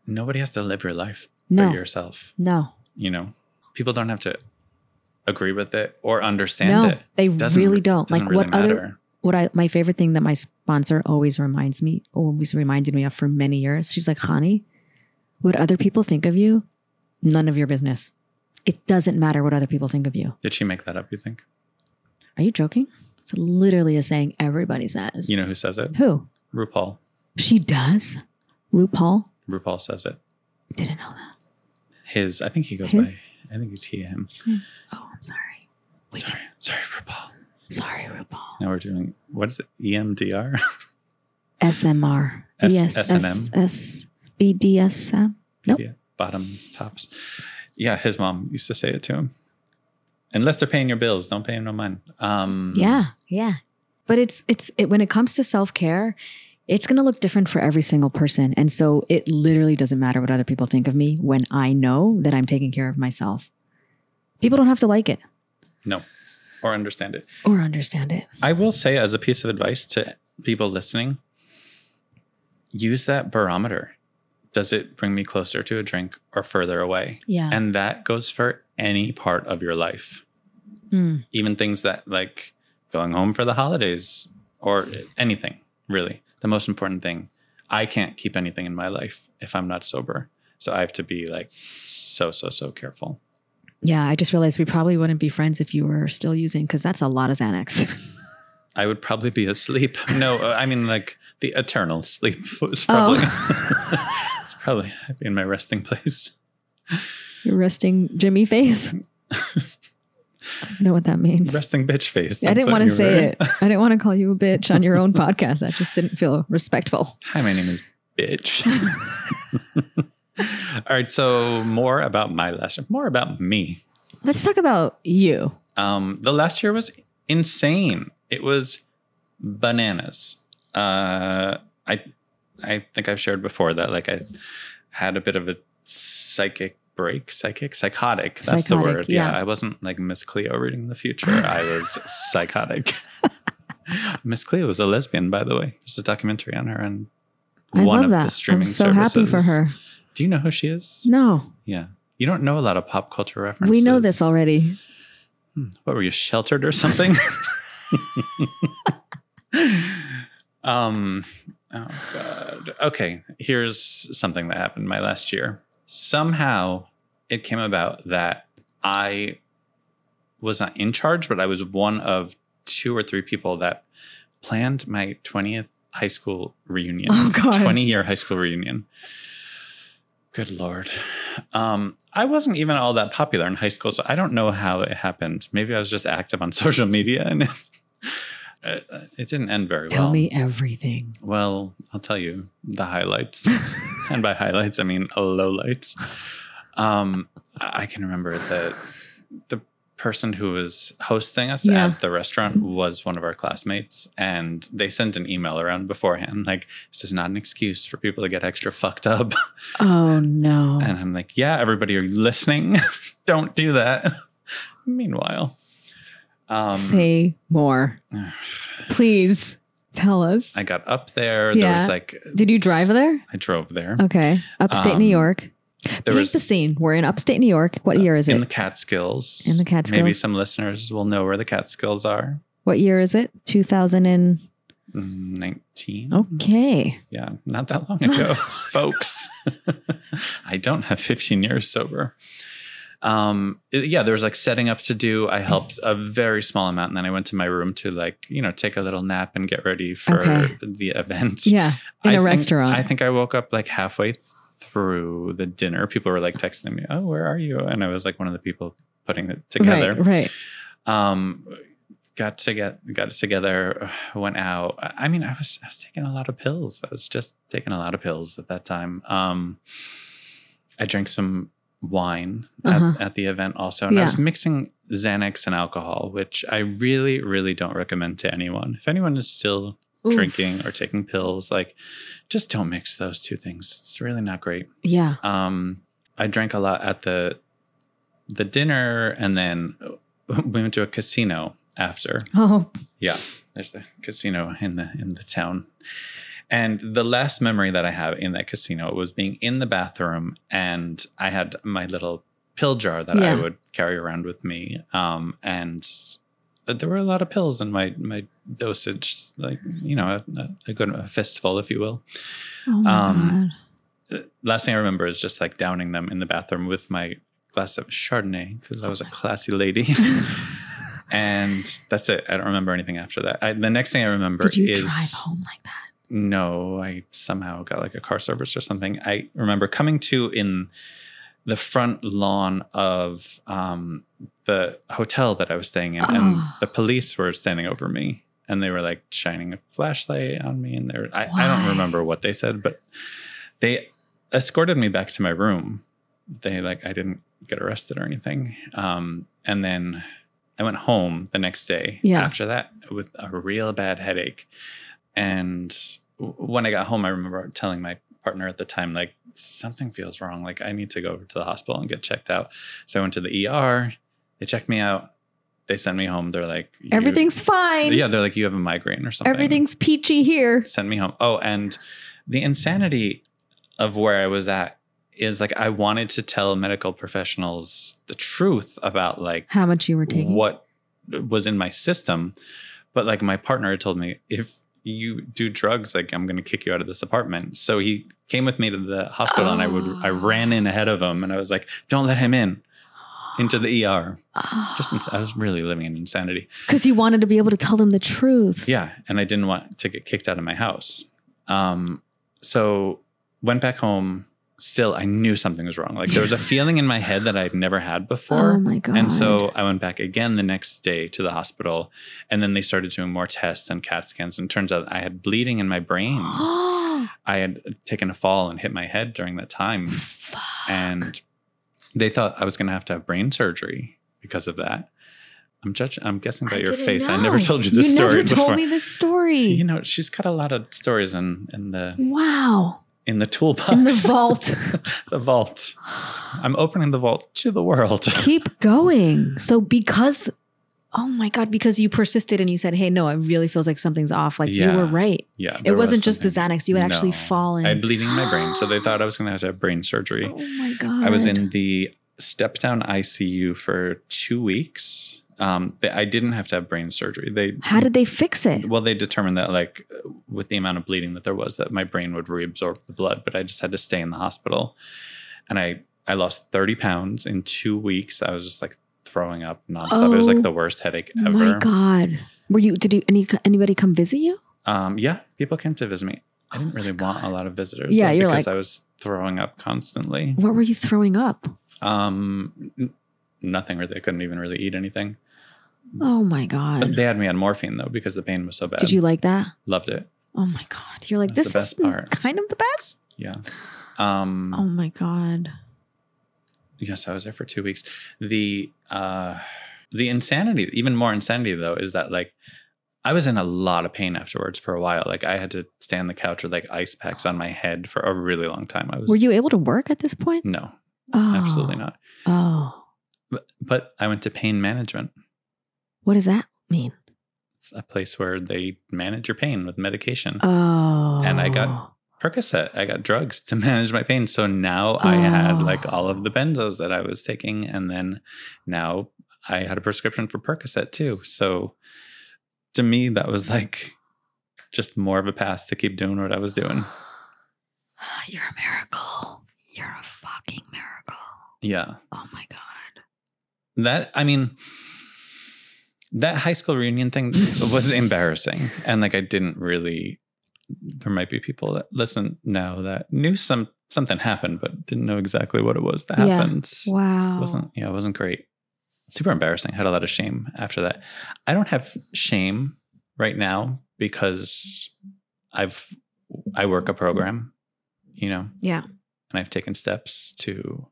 S2: nobody has to live your life
S1: No,
S2: for yourself.
S1: no,
S2: you know, people don't have to agree with it or understand
S1: no.
S2: it.
S1: They
S2: Doesn't-
S1: really don't.
S2: doesn't
S1: Like
S2: really
S1: what other what I my favorite thing that my sponsor always reminds me, always reminded me of for many years. She's like, Hani, what other people think of you, none of your business. it doesn't matter what other people think of you.
S2: Did she make that up, you think?
S1: Are you joking? It's literally a saying everybody says.
S2: You know who says it?
S1: Who?
S2: RuPaul.
S1: She does? RuPaul?
S2: RuPaul says it.
S1: Didn't know that.
S2: His, I think he goes
S1: His?
S2: by, I think it's he, him.
S1: Oh, I'm sorry. We
S2: Sorry. Sorry, RuPaul.
S1: Sorry, RuPaul.
S2: Now we're doing, what is it? E EMDR?
S1: SMR.
S2: S-
S1: yes. S-
S2: SNM.
S1: S- BDSM. Nope.
S2: Yeah, Bottoms, tops. Yeah, his mom used to say it to him. Unless they're paying your bills, don't pay him no mind. Um,
S1: Yeah. Yeah. But it's, it's, it, when it comes to self care, it's going to look different for every single person. And so it literally doesn't matter what other people think of me when I know that I'm taking care of myself. People don't have to like it
S2: No, or understand it.
S1: or understand it.
S2: I will say, as a piece of advice to people listening, use that barometer. Does it bring me closer to a drink or further away?
S1: Yeah.
S2: And that goes for any part of your life,
S1: Mm.
S2: even things that like going home for the holidays or anything, really. The most important thing I can't keep anything in my life if I'm not sober. So I have to be like so, so, so careful.
S1: Yeah. I just realized we probably wouldn't be friends if you were still using, because that's a lot of Xanax.
S2: I would probably be asleep. No, uh, I mean like the eternal sleep was
S1: Oh.
S2: probably. it's probably I'd be in my resting place.
S1: Your resting Jimmy face. I don't know what that means.
S2: Resting bitch face.
S1: I
S2: That's
S1: didn't
S2: what
S1: want to
S2: you were.
S1: say it. I didn't want to call you a bitch on your own podcast. That just didn't feel respectful.
S2: Hi, my name is Bitch. All right, so more about my last year, more about me.
S1: Let's talk about you.
S2: Um, the last year was insane. It was bananas. Uh, I I think I've shared before that like I had a bit of a psychic break, psychic, psychotic. That's the
S1: Psychotic,
S2: word. Yeah.
S1: yeah.
S2: I wasn't like Miss Cleo reading the future. I was psychotic. Miss Cleo was a lesbian, by the way. There's a documentary on her on
S1: I
S2: one
S1: love
S2: of
S1: that.
S2: the streaming
S1: I'm so
S2: services.
S1: happy for her.
S2: Do you know who she is?
S1: No,
S2: Yeah. You don't know a lot of pop culture references.
S1: we know this already.
S2: Hmm, What were you sheltered or something? um oh god. Okay, here's something that happened my last year. Somehow it came about that I was not in charge, but I was one of two or three people that planned my 20th high school reunion.
S1: Oh, God.
S2: 20 year high school reunion. Good lord. Um, I wasn't even all that popular in high school, so I don't know how it happened. Maybe I was just active on social media and Uh, it didn't end very
S1: Tell
S2: well.
S1: me everything.
S2: Well, I'll tell you the highlights. and by highlights, I mean lowlights. Um, I I can remember that the person who was hosting us
S1: Yeah.
S2: at the restaurant was one of our classmates, and they sent an email around beforehand like, this is not an excuse for people to get extra fucked up.
S1: Oh no.
S2: And I'm like, yeah, everybody, are you listening? Don't do that. Meanwhile, um,
S1: Say more, please. Tell us.
S2: I got up there. There
S1: Yeah.
S2: was like,
S1: Did you drive there?
S2: I drove there.
S1: Okay, upstate New
S2: Um,
S1: York.
S2: there
S1: Paint
S2: was Uh,
S1: the scene. We're in upstate New York. What year is
S2: in
S1: it?
S2: the Catskills.
S1: In the
S2: Maybe
S1: Catskills.
S2: some listeners will know where the Catskills are.
S1: What year is it? 2000 and
S2: Nineteen.
S1: okay.
S2: yeah, not that long ago, folks. I don't have 15 years sober. Um, it- yeah, there was like setting up to do. I helped a very small amount, and then I went to my room to like you know take a little nap and get ready for
S1: Okay.
S2: the event.
S1: Yeah, in
S2: I
S1: a
S2: think-
S1: restaurant.
S2: I think I woke up like halfway through the dinner. People were like texting me, "Oh, where are you?" And I was like one of the people putting it together
S1: Right, right.
S2: um got to get got it together went out i mean i was i was taking a lot of pills i was just taking a lot of pills at that time um i drank some wine
S1: Uh-huh.
S2: at, at the event also and i was mixing xanax and alcohol which i really really don't recommend to anyone if anyone is still
S1: Oof.
S2: drinking or taking pills like just don't mix those two things it's really not great
S1: Yeah.
S2: um i drank a lot at the the dinner and then we went to a casino after
S1: Oh,
S2: yeah there's a casino in the in the town and the last memory that i have in that casino was being in the bathroom and i had my little pill jar that i
S1: Yeah.
S2: would carry around with me um and there were a lot of pills in my my dosage like you know a, a good a fistful if you will
S1: oh my
S2: Um,
S1: god.
S2: last thing I remember is just like downing them in the bathroom with my glass of Chardonnay because I was a classy lady. and that's it. I don't remember anything after that. I, the next thing I remember
S1: Did you
S2: is
S1: drive home like that?
S2: no, I somehow got like a car service or something. I remember coming to in the front lawn of um, the hotel that I was staying in, and
S1: Oh.
S2: the police were standing over me, and they were like shining a flashlight on me, and they were, I, I don't
S1: Why?
S2: remember what they said, but they escorted me back to my room. They like I didn't get arrested or anything, um, and then I went home the next day
S1: Yeah.
S2: after that with a real bad headache. And w- when I got home, I remember telling my partner at the time, like, something feels wrong. Like, I need to go over to the hospital and get checked out. So I went to the ER. They checked me out. They sent me home. They're like, you-
S1: Everything's fine.
S2: Yeah, they're like, you have a migraine or something.
S1: Everything's peachy here.
S2: Sent me home. Oh, and the insanity of where I was at is like, I wanted to tell medical professionals the truth about like
S1: How much you were taking?
S2: what was in my system. But like my partner had told me, if you do drugs, like I'm going to kick you out of this apartment. So he came with me to the hospital, and I would I
S1: Oh.
S2: ran in ahead of him, and I was like, "Don't let him in." Into the ER. Just ins- I was really living in insanity.
S1: because you wanted to be able to tell them the truth.
S2: Yeah, and I didn't want to get kicked out of my house. Um, so went back home. Still, I knew something was wrong. Like there was a feeling in my head that I'd never had before.
S1: Oh my god.
S2: And so I went back again the next day to the hospital, and then they started doing more tests and CAT scans. And turns out I had bleeding in my brain. I had taken a fall and hit my head during that time,
S1: Fuck.
S2: and they thought I was going to have to have brain surgery because of that. I'm judging. I'm guessing by
S1: I
S2: your
S1: didn't
S2: face. I never
S1: know.
S2: told you this story
S1: never
S2: before.
S1: told me this story.
S2: you know, she's got a lot of stories in in the
S1: wow.
S2: in the toolbox,
S1: In the vault.
S2: the vault. I'm opening the vault to the world.
S1: Keep going. So because oh my god, because you persisted and you said, "Hey, no, it really feels like something's off. Like
S2: Yeah.
S1: you were right.
S2: yeah,
S1: it wasn't just the
S2: Xanax.
S1: Xanax. You had actually
S2: No.
S1: fallen.
S2: I had bleeding in my brain. So they thought I was going to have to have brain surgery.
S1: oh my god.
S2: I was in the step down ICU for two weeks. Um, they, I didn't have to have brain surgery. They
S1: How did they fix it?
S2: well, they determined that like with the amount of bleeding that there was, that my brain would reabsorb the blood. But I just had to stay in the hospital, and I I lost thirty pounds in two weeks. I was just like throwing up nonstop. it was
S1: Oh
S2: like the worst headache ever.
S1: My god. Were you did you any anybody come visit you?
S2: Um, yeah, people came to visit me. I
S1: Oh
S2: didn't
S1: my
S2: really want a
S1: God.
S2: lot of visitors.
S1: Yeah,
S2: though,
S1: you're
S2: because
S1: like-
S2: I was throwing up constantly.
S1: What were you throwing up?
S2: Um, n- nothing really. I couldn't even really eat anything.
S1: Oh my
S2: But
S1: god.
S2: they had me on morphine though because the pain was so bad.
S1: Did you like that?
S2: loved it?
S1: Oh my god. You're like this
S2: That's the
S1: is
S2: best part.
S1: kind of the best.
S2: Yeah. Um.
S1: Oh my god.
S2: Yes, I was there for two weeks. The uh, the insanity, even more insanity though, is that like I was in a lot of pain afterwards for a while. Like I had to stay on the couch with like ice packs on my head for a really long time. I was.
S1: Were you able to work at this point?
S2: No,
S1: Oh.
S2: absolutely not.
S1: Oh.
S2: But, but I went to pain management.
S1: What does that mean?
S2: It's a place where they manage your pain with medication.
S1: Oh.
S2: I got- Percocet. I got drugs to manage my pain. So now I had like
S1: Oh.
S2: all of the benzos that I was taking. And then now I had a prescription for Percocet too. So to me, that was like just more of a pass to keep doing what I was doing.
S1: You're a miracle. You're a fucking miracle.
S2: Yeah.
S1: Oh my god.
S2: That, I mean, that high school reunion thing was embarrassing. And like I didn't really, there might be people that listen now that knew some something happened, but didn't know exactly what it was that
S1: Yeah.
S2: happened.
S1: Wow.
S2: It wasn't yeah, it wasn't great. Super embarrassing. Had a lot of shame after that. I don't have shame right now because I've I work a program, you know,
S1: Yeah.
S2: and I've taken steps to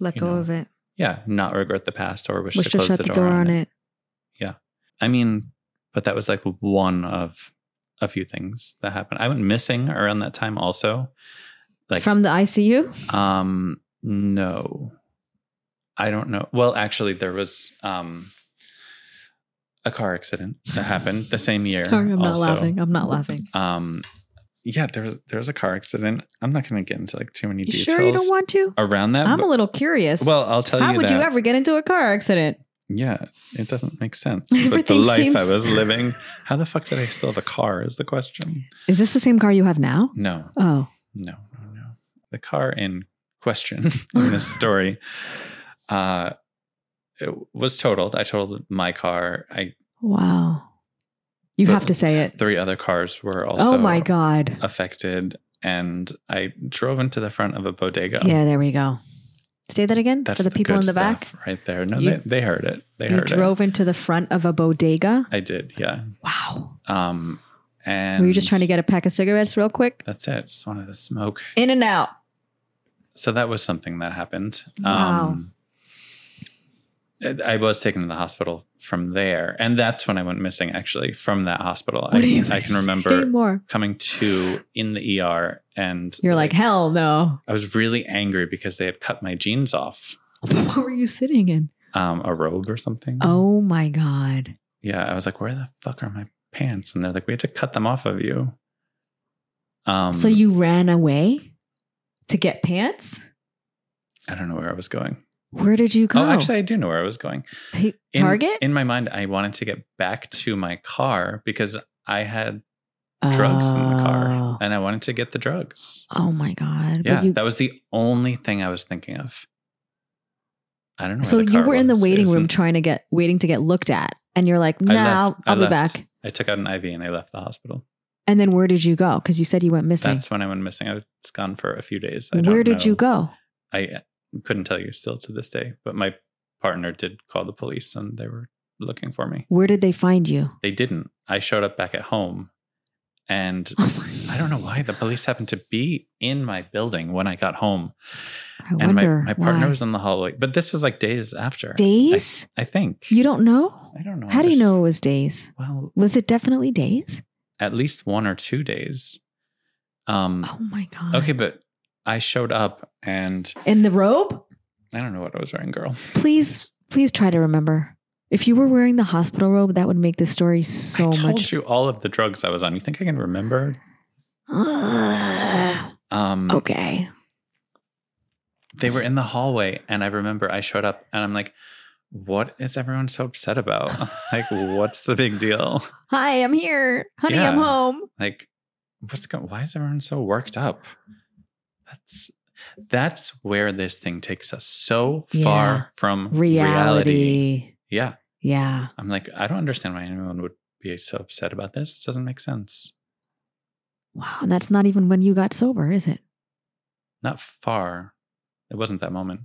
S1: Let
S2: you
S1: go
S2: know,
S1: of it.
S2: yeah, not regret the past or wish,
S1: Wish
S2: to
S1: to
S2: close
S1: shut
S2: the, door, on it.
S1: it.
S2: I mean, but that was like one of a few things that happened. I went missing around that time also. Like
S1: From the ICU?
S2: Um, no, I don't know. Well, actually, there was um a car accident that happened the same year.
S1: Sorry, I'm not
S2: also.
S1: laughing. I'm not laughing.
S2: Um, yeah, there was there was a car accident. I'm not going to get into like too many
S1: You
S2: details
S1: sure you don't want to?
S2: around that.
S1: I'm a
S2: but-
S1: little curious.
S2: well, I'll tell
S1: how
S2: you
S1: would
S2: that.
S1: you ever get into a car accident?
S2: yeah, it doesn't make sense. but the
S1: Everything
S2: life I
S1: seems-
S2: was living. How the fuck did I still have a car? Is the question.
S1: Is this the same car you have now?
S2: No,
S1: Oh.
S2: No, no, no. The car in question in this story Uh, it was totaled. I totaled my car. I
S1: Wow. You
S2: But-
S1: have to say it.
S2: three other cars were also uh,
S1: Oh my God.
S2: affected, and I drove into the front of a bodega.
S1: Yeah, there we go. Say that again
S2: That's
S1: for the, people in
S2: good
S1: the back.
S2: stuff right there. No,
S1: You-
S2: they, they heard it. They
S1: You
S2: heard
S1: drove into the front of a bodega.
S2: it. I did. Yeah.
S1: Wow.
S2: Um, and
S1: Were you just trying to get a pack of cigarettes real quick?
S2: That's it. Just wanted to smoke.
S1: In and out.
S2: So that was something that happened.
S1: Wow.
S2: Um, I- I was taken to the hospital from there, and that's when I went missing. Actually, from that hospital, I,
S1: What do you
S2: I can
S1: say
S2: remember
S1: more?
S2: coming to in the ER, and
S1: You're like, hell no.
S2: I was really angry because they had cut my jeans off,
S1: what were you sitting in?
S2: um, a robe or something.
S1: Oh my God.
S2: yeah, I was like, where the fuck are my pants? And they're like, we had to cut them off of you. Um,
S1: so you ran away to get pants?
S2: I don't know where I was going.
S1: Where did you go?
S2: Oh, actually, I do know where I was going.
S1: Ta-
S2: In-
S1: Target?
S2: In my mind, I wanted to get back to my car because I had drugs in the car
S1: Oh.
S2: and I wanted to get the drugs.
S1: Oh my God.
S2: yeah,
S1: but you,
S2: that was the only thing I was thinking of. I don't know.
S1: so
S2: where the
S1: you
S2: car
S1: were in the
S2: was. It
S1: waiting
S2: was
S1: room
S2: in-
S1: trying to get, waiting to get looked at. And you're like, nah,
S2: I left-
S1: I'll,
S2: I
S1: I'll be
S2: left.
S1: back.
S2: I took out an IV and I left the hospital.
S1: And then where did you go? Because you said you went missing.
S2: That's when I went missing. I was gone for a few days. I don't
S1: where did
S2: know.
S1: you go?
S2: I uh, couldn't tell you still to this day, but my partner did call the police and they were looking for me.
S1: Where did they find you?
S2: They didn't. I showed up back at home and I don't know why the police happened to be in my building when I got home.
S1: I
S2: and my,
S1: wonder.
S2: my partner
S1: why.
S2: was in the hallway, but this was like days after.
S1: days.
S2: I think.
S1: you don't know?
S2: I don't know.
S1: How do you
S2: There's-
S1: know it was days?
S2: Well,
S1: Was it definitely days?
S2: at least one or two days. Um,
S1: Oh my god.
S2: Okay, but I showed up and
S1: In the robe?
S2: I don't know what I was wearing, girl.
S1: Please, please try to remember. If you were wearing the hospital robe, that would make this story so
S2: I told
S1: much.
S2: you all of the drugs I was on. You think I can remember?
S1: Ugh.
S2: Um,
S1: okay.
S2: They were in the hallway, and I remember I showed up, and I'm like, "What is everyone so upset about? like, what's the big deal?
S1: Hi, I'm here. Honey, I'm
S2: Yeah.
S1: home.
S2: Like, what's going? Why is everyone so worked up? That's that's where this thing takes us so
S1: Yeah.
S2: far from reality.
S1: Reality.
S2: Yeah,
S1: Yeah.
S2: I'm like, I don't understand why anyone would be so upset about this. It doesn't make sense.
S1: Wow. And that's not even when you got sober, is it?
S2: Not far. It wasn't that moment.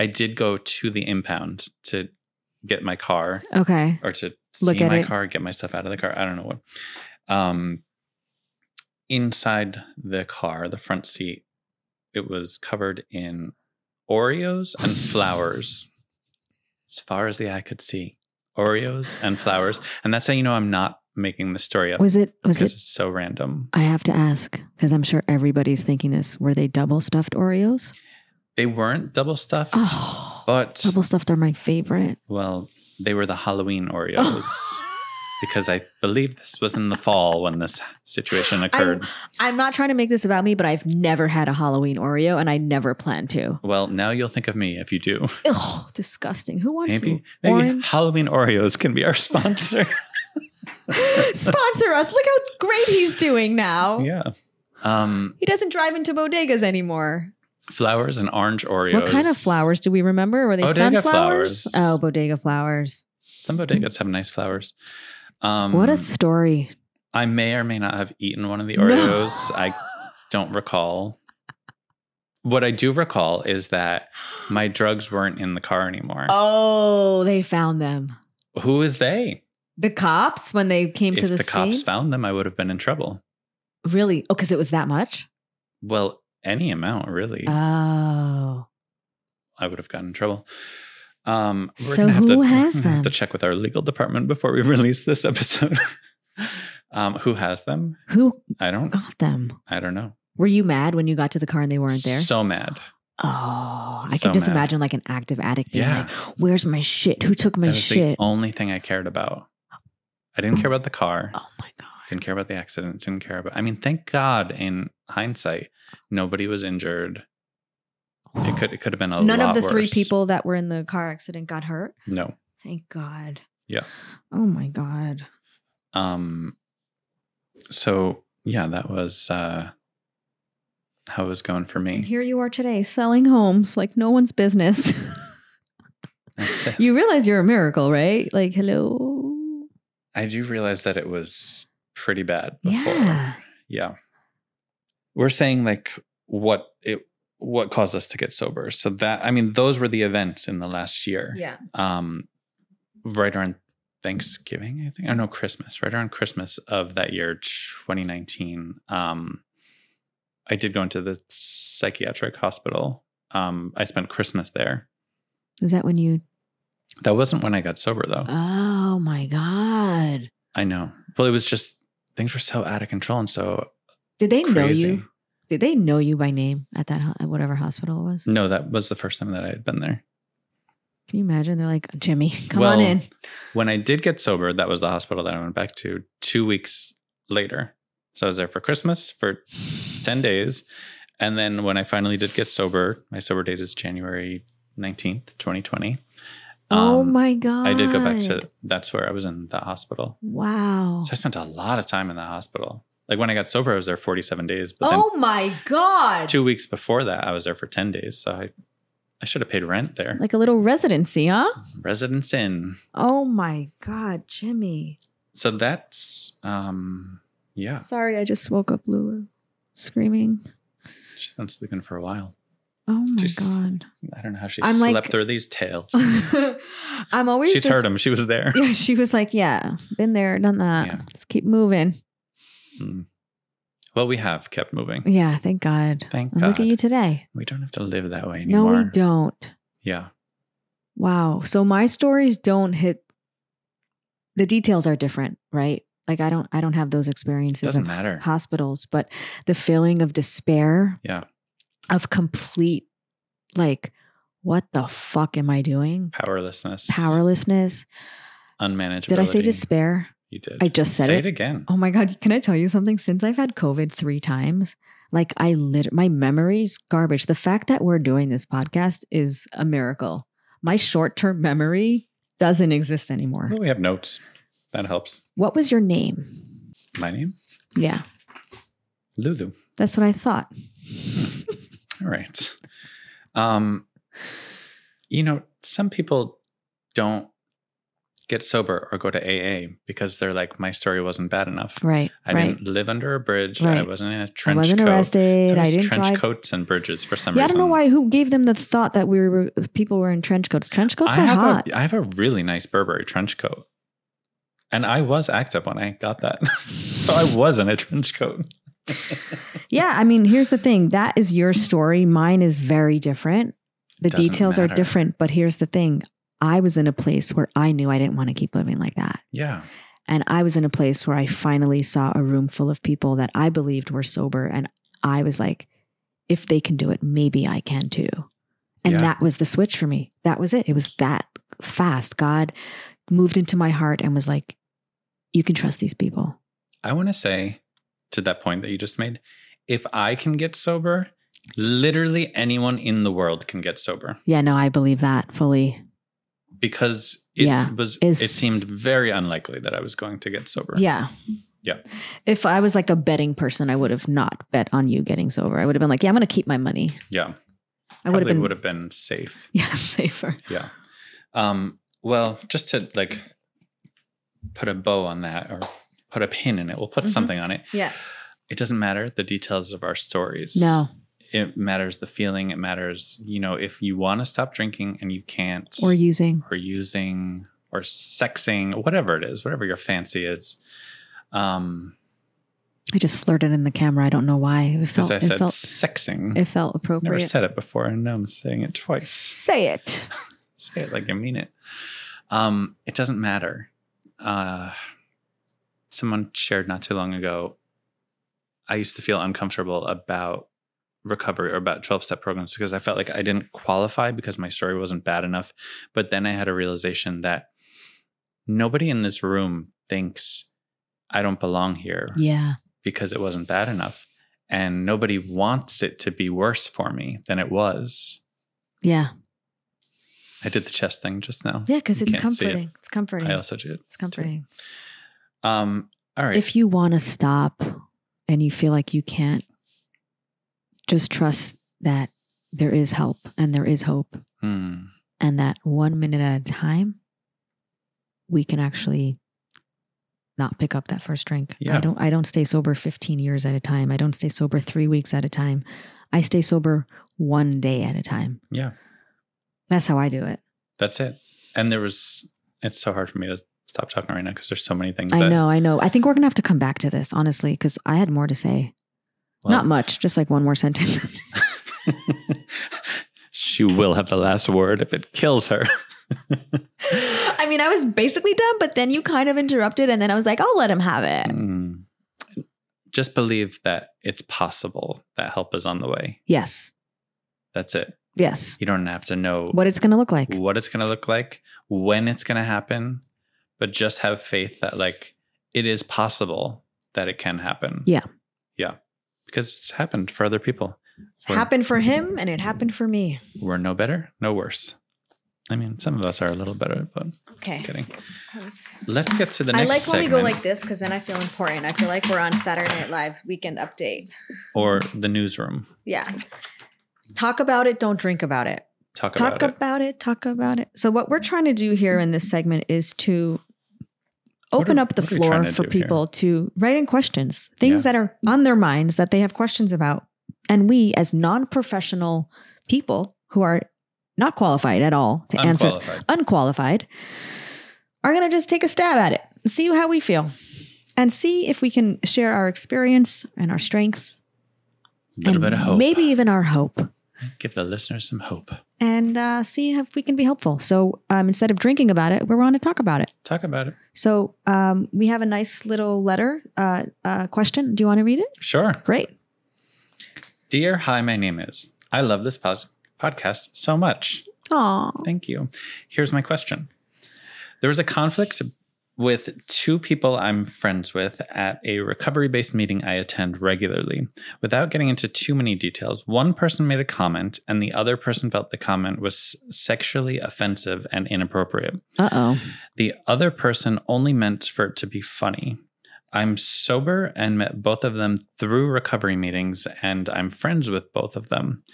S2: I did go to the impound to get my car
S1: Okay.
S2: or to
S1: Look
S2: see
S1: at
S2: my
S1: it.
S2: car, get my stuff out of the car. I don't know what. Um, inside the car, the front seat, it was covered in Oreos and flowers, as far as the eye could see. Oreos and flowers, and that's how you know I'm not making the story up
S1: Was it was
S2: because
S1: it
S2: it's so random.
S1: I have to ask, because I'm sure everybody's thinking this. Were they double stuffed Oreos?
S2: They weren't double stuffed,
S1: Oh,
S2: but
S1: double Oh. stuffed are my favorite.
S2: well, they were the Halloween Oreos. Because I believe this was in the fall when this situation occurred.
S1: I'm not trying to make this about me, but I've never had a Halloween Oreo and I never plan to.
S2: Well, now you'll think of me if you do.
S1: Oh, disgusting. Who wants
S2: Maybe,
S1: to?
S2: maybe
S1: Orange?
S2: Halloween Oreos can be our sponsor.
S1: Sponsor us. Look how great he's doing now.
S2: yeah. Um,
S1: He doesn't drive into bodegas anymore.
S2: flowers and orange Oreos.
S1: What kind of flowers do we remember? Were they
S2: Bodega
S1: sunflowers?
S2: flowers.
S1: Oh, bodega flowers.
S2: Some bodegas have nice flowers. Um,
S1: what a story.
S2: I may or may not have eaten one of the
S1: No.
S2: Oreos. I don't recall. What I do recall is that my drugs weren't in the car anymore.
S1: Oh, they found them.
S2: Who is they?
S1: The cops when they came to
S2: If
S1: the,
S2: the cops
S1: scene?
S2: found them, I would have been in trouble.
S1: really? Oh, because it was that much.
S2: Well, any amount, really.
S1: Oh,
S2: I would have gotten in trouble. Um,
S1: So who has
S2: we're gonna Have to
S1: them?
S2: check with our legal department before we release this episode. um, who has them?
S1: who
S2: I don't.
S1: got them?
S2: I don't know.
S1: Were you mad when you got to the car and they weren't there?
S2: So mad.
S1: oh, I
S2: so
S1: can just
S2: mad.
S1: imagine like an active addict being
S2: Yeah.
S1: like, "Where's my shit? Who took
S2: that
S1: my
S2: was the
S1: shit?"
S2: only thing I cared about. I didn't care about the car.
S1: oh my god!
S2: Didn't care about the accident. Didn't care about. I mean, thank God. In hindsight, nobody was injured. It could. It could have been a
S1: None
S2: lot
S1: of the three
S2: worse.
S1: people that were in the car accident got hurt.
S2: No.
S1: Thank God.
S2: Yeah.
S1: Oh my God.
S2: Um. So yeah, that was uh how it was going for me.
S1: And here you are today selling homes like no one's business.
S2: That's it.
S1: You realize you're a miracle, right? Like, hello.
S2: I do realize that it was pretty bad before.
S1: Yeah.
S2: yeah. We're saying like what it what caused us to get sober. So that I mean those were the events in the last year.
S1: Yeah.
S2: Um right around Thanksgiving, I think. Oh no, Christmas. Right around Christmas of that year 2019. Um I did go into the psychiatric hospital. Um I spent Christmas there.
S1: Is that when you?
S2: That wasn't when I got sober though.
S1: Oh my God.
S2: I know. Well, it was just things were so out of control and so
S1: Did they know
S2: crazy.
S1: you? Did they know you by name at that ho- at whatever hospital it was?
S2: No, that was the first time that I had been there.
S1: Can you imagine? They're like, Jimmy, come on
S2: Well,
S1: in.
S2: When I did get sober, that was the hospital that I went back to two weeks later. So I was there for Christmas for 10 days. And then when I finally did get sober, my sober date is January 19th, 2020.
S1: oh
S2: um,
S1: my Oh. God.
S2: I did go back to that's where I was in the hospital.
S1: Wow.
S2: So I spent a lot of time in the hospital. Like when I got sober, I was there 47 days, but
S1: Oh my
S2: then
S1: God.
S2: two weeks before that, I was there for 10 days. So I, I should have paid rent there.
S1: Like a little residency, huh?
S2: Mm. Residence in.
S1: Oh my God, Jimmy.
S2: so that's um yeah
S1: Sorry, I just woke up Lulu screaming.
S2: she's been sleeping for a while
S1: Oh my
S2: Just-
S1: God.
S2: i don't know how she
S1: I'm
S2: slept
S1: like-
S2: through these tales
S1: I'm always
S2: she's
S1: just,
S2: heard him she was there
S1: Yeah, she was like, yeah, been there, done that.
S2: Yeah.
S1: Let's keep moving.
S2: Mm. well we have kept moving
S1: Yeah, thank God.
S2: thank
S1: And
S2: god
S1: look at you today.
S2: we don't have to live that way anymore
S1: No, we don't.
S2: yeah
S1: Wow. So my stories don't hit the details are different, right? Like I don't I don't have those
S2: it
S1: experiences
S2: doesn't
S1: of
S2: matter
S1: hospitals, but the feeling of despair,
S2: yeah
S1: of complete like what the fuck am I doing?
S2: powerlessness
S1: Powerlessness.
S2: unmanageability
S1: Did I say despair?
S2: you did
S1: I just said
S2: say
S1: it.
S2: it, again
S1: Oh my God. Can I tell you something? Since I've had COVID three times, like I lit my memory's garbage. The fact that we're doing this podcast is a miracle. My short term memory doesn't exist anymore.
S2: well, we have notes that helps
S1: What was your name?
S2: my name
S1: Yeah,
S2: lulu
S1: that's what I thought.
S2: All right. Um, you know, some people don't get sober or go to AA because they're like, my story wasn't bad enough.
S1: Right.
S2: I
S1: right.
S2: didn't live under a bridge. I
S1: Right.
S2: wasn't in a
S1: I
S2: trench
S1: wasn't
S2: coat. It's
S1: arrested. I
S2: always
S1: didn't
S2: trench
S1: drive.
S2: coats and bridges for some
S1: Yeah, I
S2: reason.
S1: don't know why. Who gave them the thought that we were people were in trench coats? Trench coats
S2: I
S1: are
S2: have
S1: hot.
S2: a I have a really nice Burberry trench coat. And I was active when I got that. so I was in a trench coat.
S1: yeah, I mean, here's the thing. That is your story. Mine is very different. The
S2: Doesn't
S1: details
S2: matter.
S1: are different, but here's the thing. I was in a place where I knew I didn't want to keep living like that.
S2: Yeah.
S1: And I was in a place where I finally saw a room full of people that I believed were sober. And I was like, if they can do it, maybe I can too. And
S2: Yeah.
S1: that was the switch for me. That was it. It was that fast. God moved into my heart and was like, you can trust these people.
S2: I want to say to that point that you just made if I can get sober, literally anyone in the world can get sober
S1: Yeah, no, I believe that fully.
S2: because it
S1: Yeah,
S2: was
S1: it's-
S2: it seemed very unlikely that I was going to get sober.
S1: Yeah.
S2: Yeah.
S1: If I was like a betting person, I would have not bet on you getting sober. I would have been like, yeah, I'm going to keep my money.
S2: Yeah.
S1: I would have
S2: probably
S1: been
S2: would have been safe.
S1: yeah, safer.
S2: Yeah. Um well, just to like put a bow on that or put a pin in it. We'll put
S1: Mhm.
S2: something on it.
S1: Yeah.
S2: It doesn't matter the details of our stories.
S1: No.
S2: It matters the feeling. It matters, you know, if you want to stop drinking and you can't
S1: Or using.
S2: or using or sexing, whatever it is, whatever your fancy is. Um,
S1: I just flirted in the camera. I don't know why. It
S2: because
S1: felt,
S2: I
S1: it
S2: said
S1: felt,
S2: sexing.
S1: it felt
S2: Never
S1: appropriate.
S2: said it before, and now I'm saying it twice.
S1: Say it.
S2: Say it like I mean it. Um, it doesn't matter. Uh, someone shared not too long ago. I used to feel uncomfortable about recovery or about 12 step programs because I felt like I didn't qualify because my story wasn't bad enough. But then I had a realization that nobody in this room thinks I don't belong here
S1: Yeah.
S2: because it wasn't bad enough. And nobody wants it to be worse for me than it was.
S1: Yeah.
S2: I did the chest thing just now.
S1: Yeah. Cause
S2: You
S1: it's
S2: can't see it.
S1: comforting. It's comforting.
S2: I also did.
S1: it's comforting.
S2: Um, all right.
S1: If you want to stop and you feel like you can't, just trust that there is help and there is hope.
S2: Hmm.
S1: and that one minute at a time, we can actually not pick up that first drink.
S2: Yeah.
S1: I don't I don't stay sober 15 years at a time. I don't stay sober 3 weeks at a time. I stay sober 1 day at a time.
S2: Yeah.
S1: That's how I do it.
S2: That's it. And there was, it's so hard for me to stop talking right now because there's so many things.
S1: I
S2: that,
S1: know, I know. I think we're going to have to come back to this honestly cuz I had more to say.
S2: well,
S1: Not much, just like one more sentence.
S2: she will have the last word if it kills her.
S1: I mean, I was basically done, but then you kind of interrupted and then I was like, "I'll let him have it."
S2: Mm. Just believe that it's possible that help is on the way.
S1: Yes.
S2: That's it.
S1: Yes.
S2: You don't have to know
S1: What it's going to look like.
S2: what it's going to look like, when it's going to happen, but just have faith that like it is possible that it can happen.
S1: Yeah.
S2: Yeah. Because it's happened for other people.
S1: It happened for him and it happened for me.
S2: We're no better, no worse. I mean, some of us are a little better, but just kidding. Let's get to the
S1: I
S2: next
S1: like when we
S2: segment
S1: go like this because then I feel important. I feel like we're on Saturday Night Live weekend update.
S2: or the newsroom.
S1: Yeah. Talk about it, don't drink about it.
S2: Talk,
S1: Talk
S2: about it.
S1: about it, talk about it. So, what we're trying to do here in this segment is to
S2: What
S1: open
S2: are-
S1: up the
S2: what are we trying
S1: floor
S2: to
S1: for
S2: do here?
S1: people to write in questions, things
S2: Yeah.
S1: that are on their minds that they have questions about. And we, as non professional people who are not qualified at all to answer,
S2: Unqualified.
S1: unqualified, are going to just take a stab at it and see how we feel and see if we can share our experience and our strength.
S2: little
S1: and
S2: bit of hope.
S1: Maybe even our hope.
S2: give the listeners some hope.
S1: And uh, see if we can be helpful. So um, instead of drinking about it, we're on to talk about it.
S2: Talk about it.
S1: So um, we have a nice little letter uh, uh, question. Do you want to read it?
S2: Sure.
S1: Great.
S2: Dear Hi, my name is. I love this pos- podcast so much.
S1: Aw.
S2: Thank you. Here's my question There was a conflict with two people I'm friends with at a recovery based meeting I attend regularly. Without getting into too many details, one person made a comment, and the other person felt the comment was sexually offensive and inappropriate.
S1: Uh oh.
S2: The other person only meant for it to be funny. I'm sober and met both of them through recovery meetings, and I'm friends with both of them.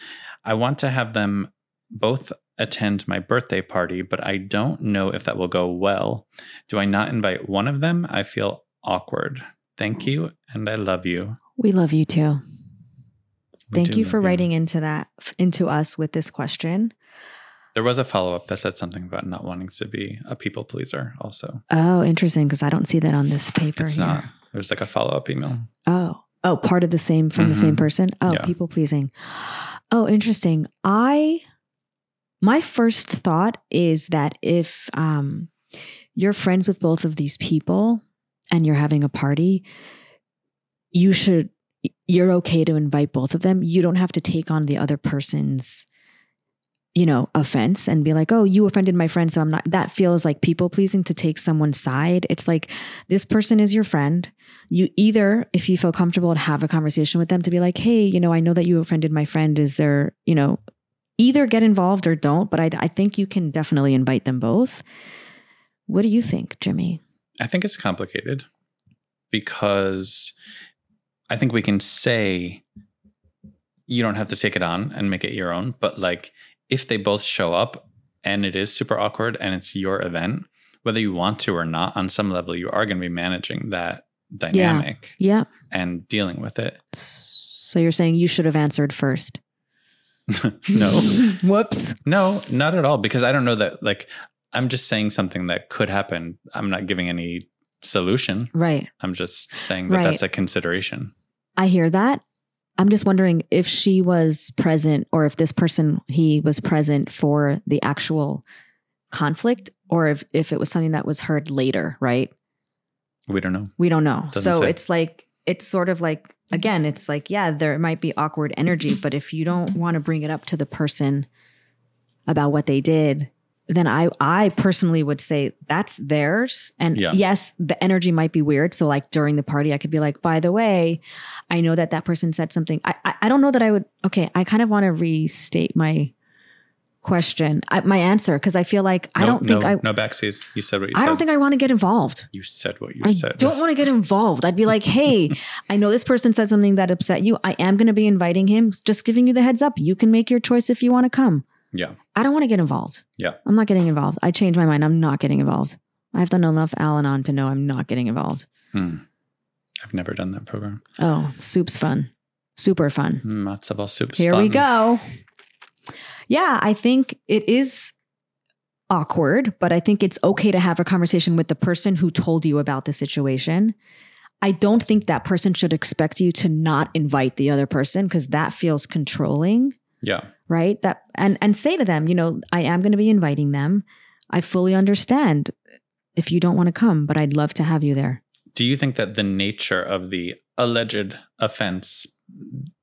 S2: I want to have them both attend my birthday party, but I don't know if that will go well. Do I not invite one of them? I feel awkward. Thank you, and I love you.
S1: We love you too.
S2: We
S1: Thank
S2: do
S1: you for
S2: love
S1: writing into that into us with this question.
S2: There was a follow up that said something about not wanting to be a people pleaser, also.
S1: Oh, interesting because I don't see that on this paper
S2: It's
S1: here.
S2: not. There's like a follow up email.
S1: Oh, oh, part of the same from the same
S2: Mhm.
S1: person. Oh,
S2: Yeah.
S1: people pleasing. Oh, interesting. I my first thought is that if um you're friends with both of these people and you're having a party, you should you're okay to invite both of them. You don't have to take on the other person's you know, offense and be like, "Oh, you offended my friend, so I'm not." That feels like people pleasing to take someone's side. It's like this person is your friend you either if you feel comfortable and have a conversation with them to be like hey you know i know that you offended my friend is there you know either get involved or don't but i, I think you can definitely invite them both what do you think jimmy
S2: I think it's complicated because I think we can say you don't have to take it on and make it your own, but like if they both show up and it is super awkward and it's your event, whether you want to or not, on some level, you are going to be managing that dynamic
S1: yeah
S2: and dealing with it.
S1: so you're saying you should have answered first
S2: no,
S1: whoops
S2: no, not at all. Because I don't know that, like, I'm just saying something that could happen. I'm not giving any solution.
S1: right
S2: I'm just saying that
S1: Right.
S2: that's a consideration.
S1: i hear that i'm just wondering if she was present or if this person he was present for the actual conflict or if, if it was something that was heard later right
S2: We don't know.
S1: We don't know.
S2: Doesn't
S1: so
S2: say.
S1: it's like it's sort of like again, it's like yeah, there might be awkward energy, but if you don't want to bring it up to the person about what they did, then I I personally would say that's theirs. And
S2: Yeah.
S1: yes, the energy might be weird. So like during the party, I could be like, by the way, I know that that person said something. I I, I don't know that I would. Okay, I kind of want to restate my question, I, my answer, because I feel like I
S2: No,
S1: don't think
S2: no,
S1: I.
S2: no backseas. You said what you
S1: I
S2: said.
S1: don't think I want to get involved.
S2: you said what you
S1: I
S2: said.
S1: don't want to get involved. I'd be like, hey, I know this person said something that upset you. I am going to be inviting him. Just giving you the heads up. You can make your choice if you want to come.
S2: Yeah.
S1: I don't want to get involved.
S2: Yeah.
S1: I'm not getting involved. I changed my mind. I'm not getting involved. I have done enough Al Anon to know I'm not getting involved.
S2: Hmm. I've never done that program. Hmm,
S1: Oh, soup's fun. Super fun.
S2: Matzo ball soup.
S1: Here we go. Yeah, I think it is awkward, but I think it's okay to have a conversation with the person who told you about the situation. I don't think that person should expect you to not invite the other person because that feels controlling,
S2: Yeah.
S1: right? That and and say to them, you know, I am going to be inviting them. I fully understand if you don't want to come, but I'd love to have you there.
S2: Do you think that the nature of the alleged offense,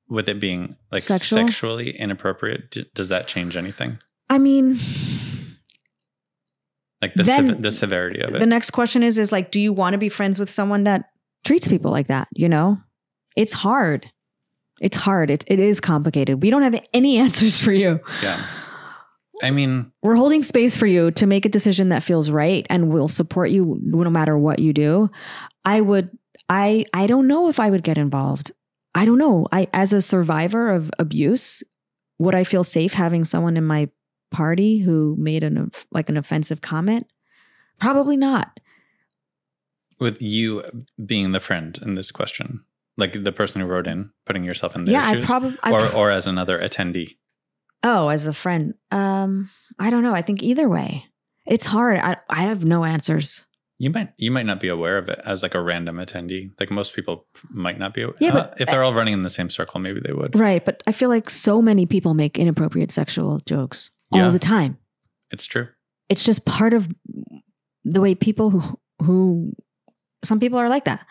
S2: with it being like
S1: Sexual?
S2: sexually inappropriate, d- does that change anything?
S1: I mean,
S2: Like the
S1: Then-
S2: sev- the severity of it?
S1: the next question is is like do you want to be friends with someone that treats people like that you know it's hard it's hard it, it is complicated we don't have any answers for you
S2: yeah. I mean,
S1: we're holding space for you to make a decision that feels right and we'll support you no matter what you do i would i i don't know if i would get involved i don't know i as a survivor of abuse would i feel safe having someone in my party who made an of- like an offensive comment probably not
S2: with you being the friend in this question, like the person who wrote in, putting yourself in their
S1: yeah
S2: shoes,
S1: i probably
S2: or or as another attendee.
S1: Oh, as a friend. Um, I don't know. I think either way. It's hard. I I have no answers.
S2: You might you might not be aware of it as like a random attendee. Like most people might not be aware.
S1: Yeah, but-
S2: if they're all running in the same circle, maybe they would.
S1: Right, but I feel like so many people make inappropriate sexual jokes
S2: Yeah.
S1: all the time.
S2: It's true.
S1: It's just part of the way people who who some people are like that.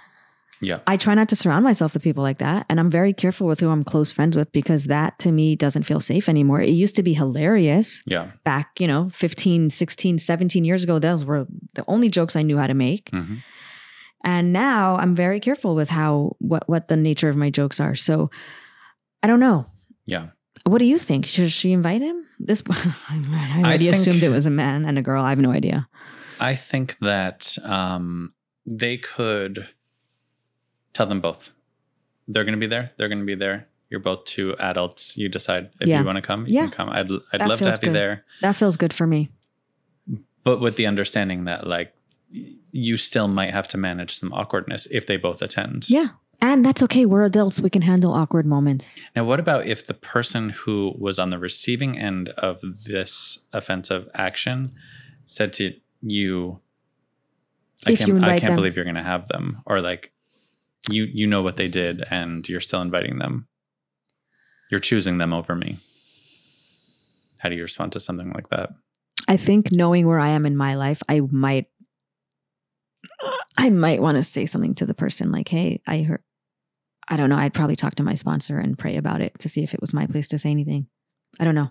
S2: Yeah.
S1: I try not to surround myself with people like that, and I'm very careful with who I'm close friends with because that to me doesn't feel safe anymore. It used to be hilarious
S2: Yeah.
S1: back, you know, 15, 16, 17 years ago. Those were the only jokes I knew how to make.
S2: hmm
S1: and now i'm very careful with how what what the nature of my jokes are so i don't know
S2: Yeah.
S1: what do you think should she invite him this i already
S2: think-
S1: assumed it was a man and a girl i have no idea
S2: I think that um, they could tell them both. They're going to be there. They're going to be there. You're both two adults. You decide if
S1: Yeah.
S2: you want to come. You
S1: Yeah.
S2: can come. I'd I'd
S1: That
S2: love to
S1: feels
S2: have you
S1: good.
S2: there,
S1: that feels good for me
S2: but with the understanding that like y- you still might have to manage some awkwardness if they both attend.
S1: Yeah. and that's okay we're adults we can handle awkward moments
S2: Now, what about if the person who was on the receiving end of this offensive action said to you, "I
S1: If
S2: can't,
S1: you
S2: I
S1: invite
S2: can't
S1: them.
S2: believe you're going to have them," or like, "You you know what they did, and you're still inviting them. You're choosing them over me." How do you respond to something like that?
S1: i think knowing where i am in my life i might i might want to say something to the person like hey i heard i don't know i'd probably talk to my sponsor and pray about it to see if it was my place to say anything i don't know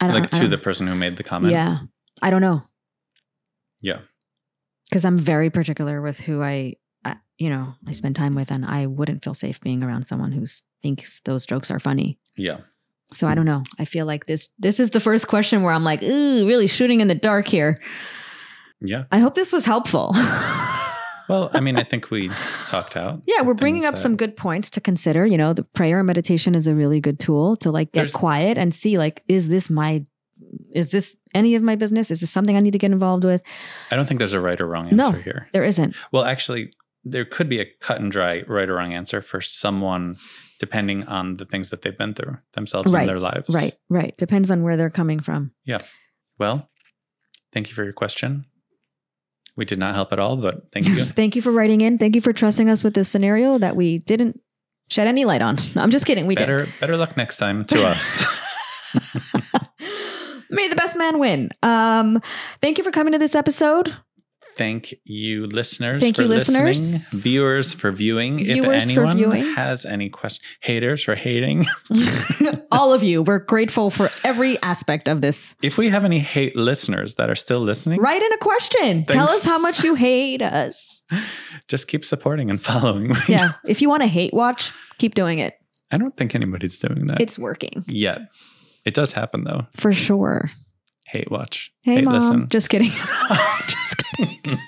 S1: i don't
S2: Like
S1: I
S2: to
S1: don't-
S2: the person who made the comment.
S1: Yeah. I don't know.
S2: Yeah.
S1: Because I'm very particular with who I, I, you know, I spend time with, and I wouldn't feel safe being around someone who thinks those jokes are funny.
S2: Yeah.
S1: So I don't know. I feel like this this is the first question where I'm like, ooh, really shooting in the dark here.
S2: Yeah.
S1: I hope this was helpful.
S2: Well, I mean, I think we talked out.
S1: yeah, we're
S2: the
S1: bringing
S2: things
S1: up
S2: that-
S1: some good points to consider. You know, the prayer and meditation is a really good tool to like get
S2: There's-
S1: quiet and see like, is this my is this any of my business? Is this something I need to get involved with?
S2: I don't think there's a right or wrong
S1: No.
S2: answer here.
S1: There isn't.
S2: Well, actually, there could be a cut and dry right or wrong answer for someone depending on the things that they've been through themselves
S1: Right,
S2: and their lives.
S1: Right, right. Depends on where they're coming from.
S2: Well, thank you for your question. We did not help at all, but thank you.
S1: Thank you for writing in. Thank you for trusting us with this scenario that we didn't shed any light on. I'm just kidding. We
S2: better better luck next time to us.
S1: did. May the best man win. Um, thank you for coming to this episode.
S2: thank you, listeners,
S1: Thank
S2: for
S1: you,
S2: listening.
S1: listeners.
S2: Viewers for viewing.
S1: Viewers
S2: if
S1: for
S2: anyone
S1: viewing.
S2: has any questions, haters for hating.
S1: All of you, we're grateful for every aspect of this.
S2: if we have any hate listeners that are still listening,
S1: Write in a question. Tell us
S2: Thanks.
S1: how much you hate us.
S2: just keep supporting and following.
S1: Yeah. If you want to hate watch, keep doing it.
S2: I don't think anybody's doing that
S1: It's working
S2: yet. It does happen though.
S1: for sure.
S2: hate watch.
S1: Hey,
S2: hate
S1: mom.
S2: listen.
S1: Just kidding. just kidding.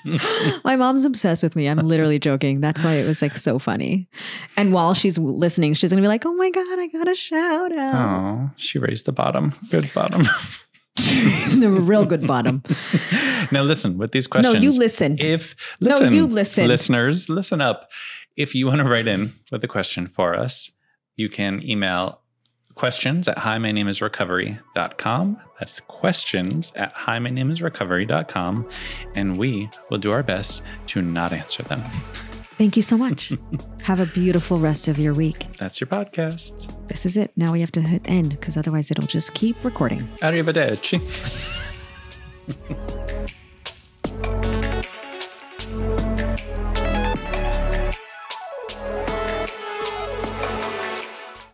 S1: My mom's obsessed with me. I'm literally joking. That's why it was like so funny. And while she's listening, she's gonna be like, "Oh my god, I got a shout out."
S2: Oh, she raised the bottom. Good bottom.
S1: He's a real good bottom.
S2: Now listen with these questions.
S3: No, you listen.
S2: If listen,
S3: you listen.
S2: listeners, listen up. If you want to write in with a question for us, you can email questions at hi my name is recovery.com. That's questions at hi my name is recovery.com. And we will do our best to not answer them.
S1: Thank you so much. Have a beautiful rest of your week.
S2: That's your podcast.
S1: This is it. Now we have to hit end because otherwise it'll just keep recording.
S2: Arrivederci.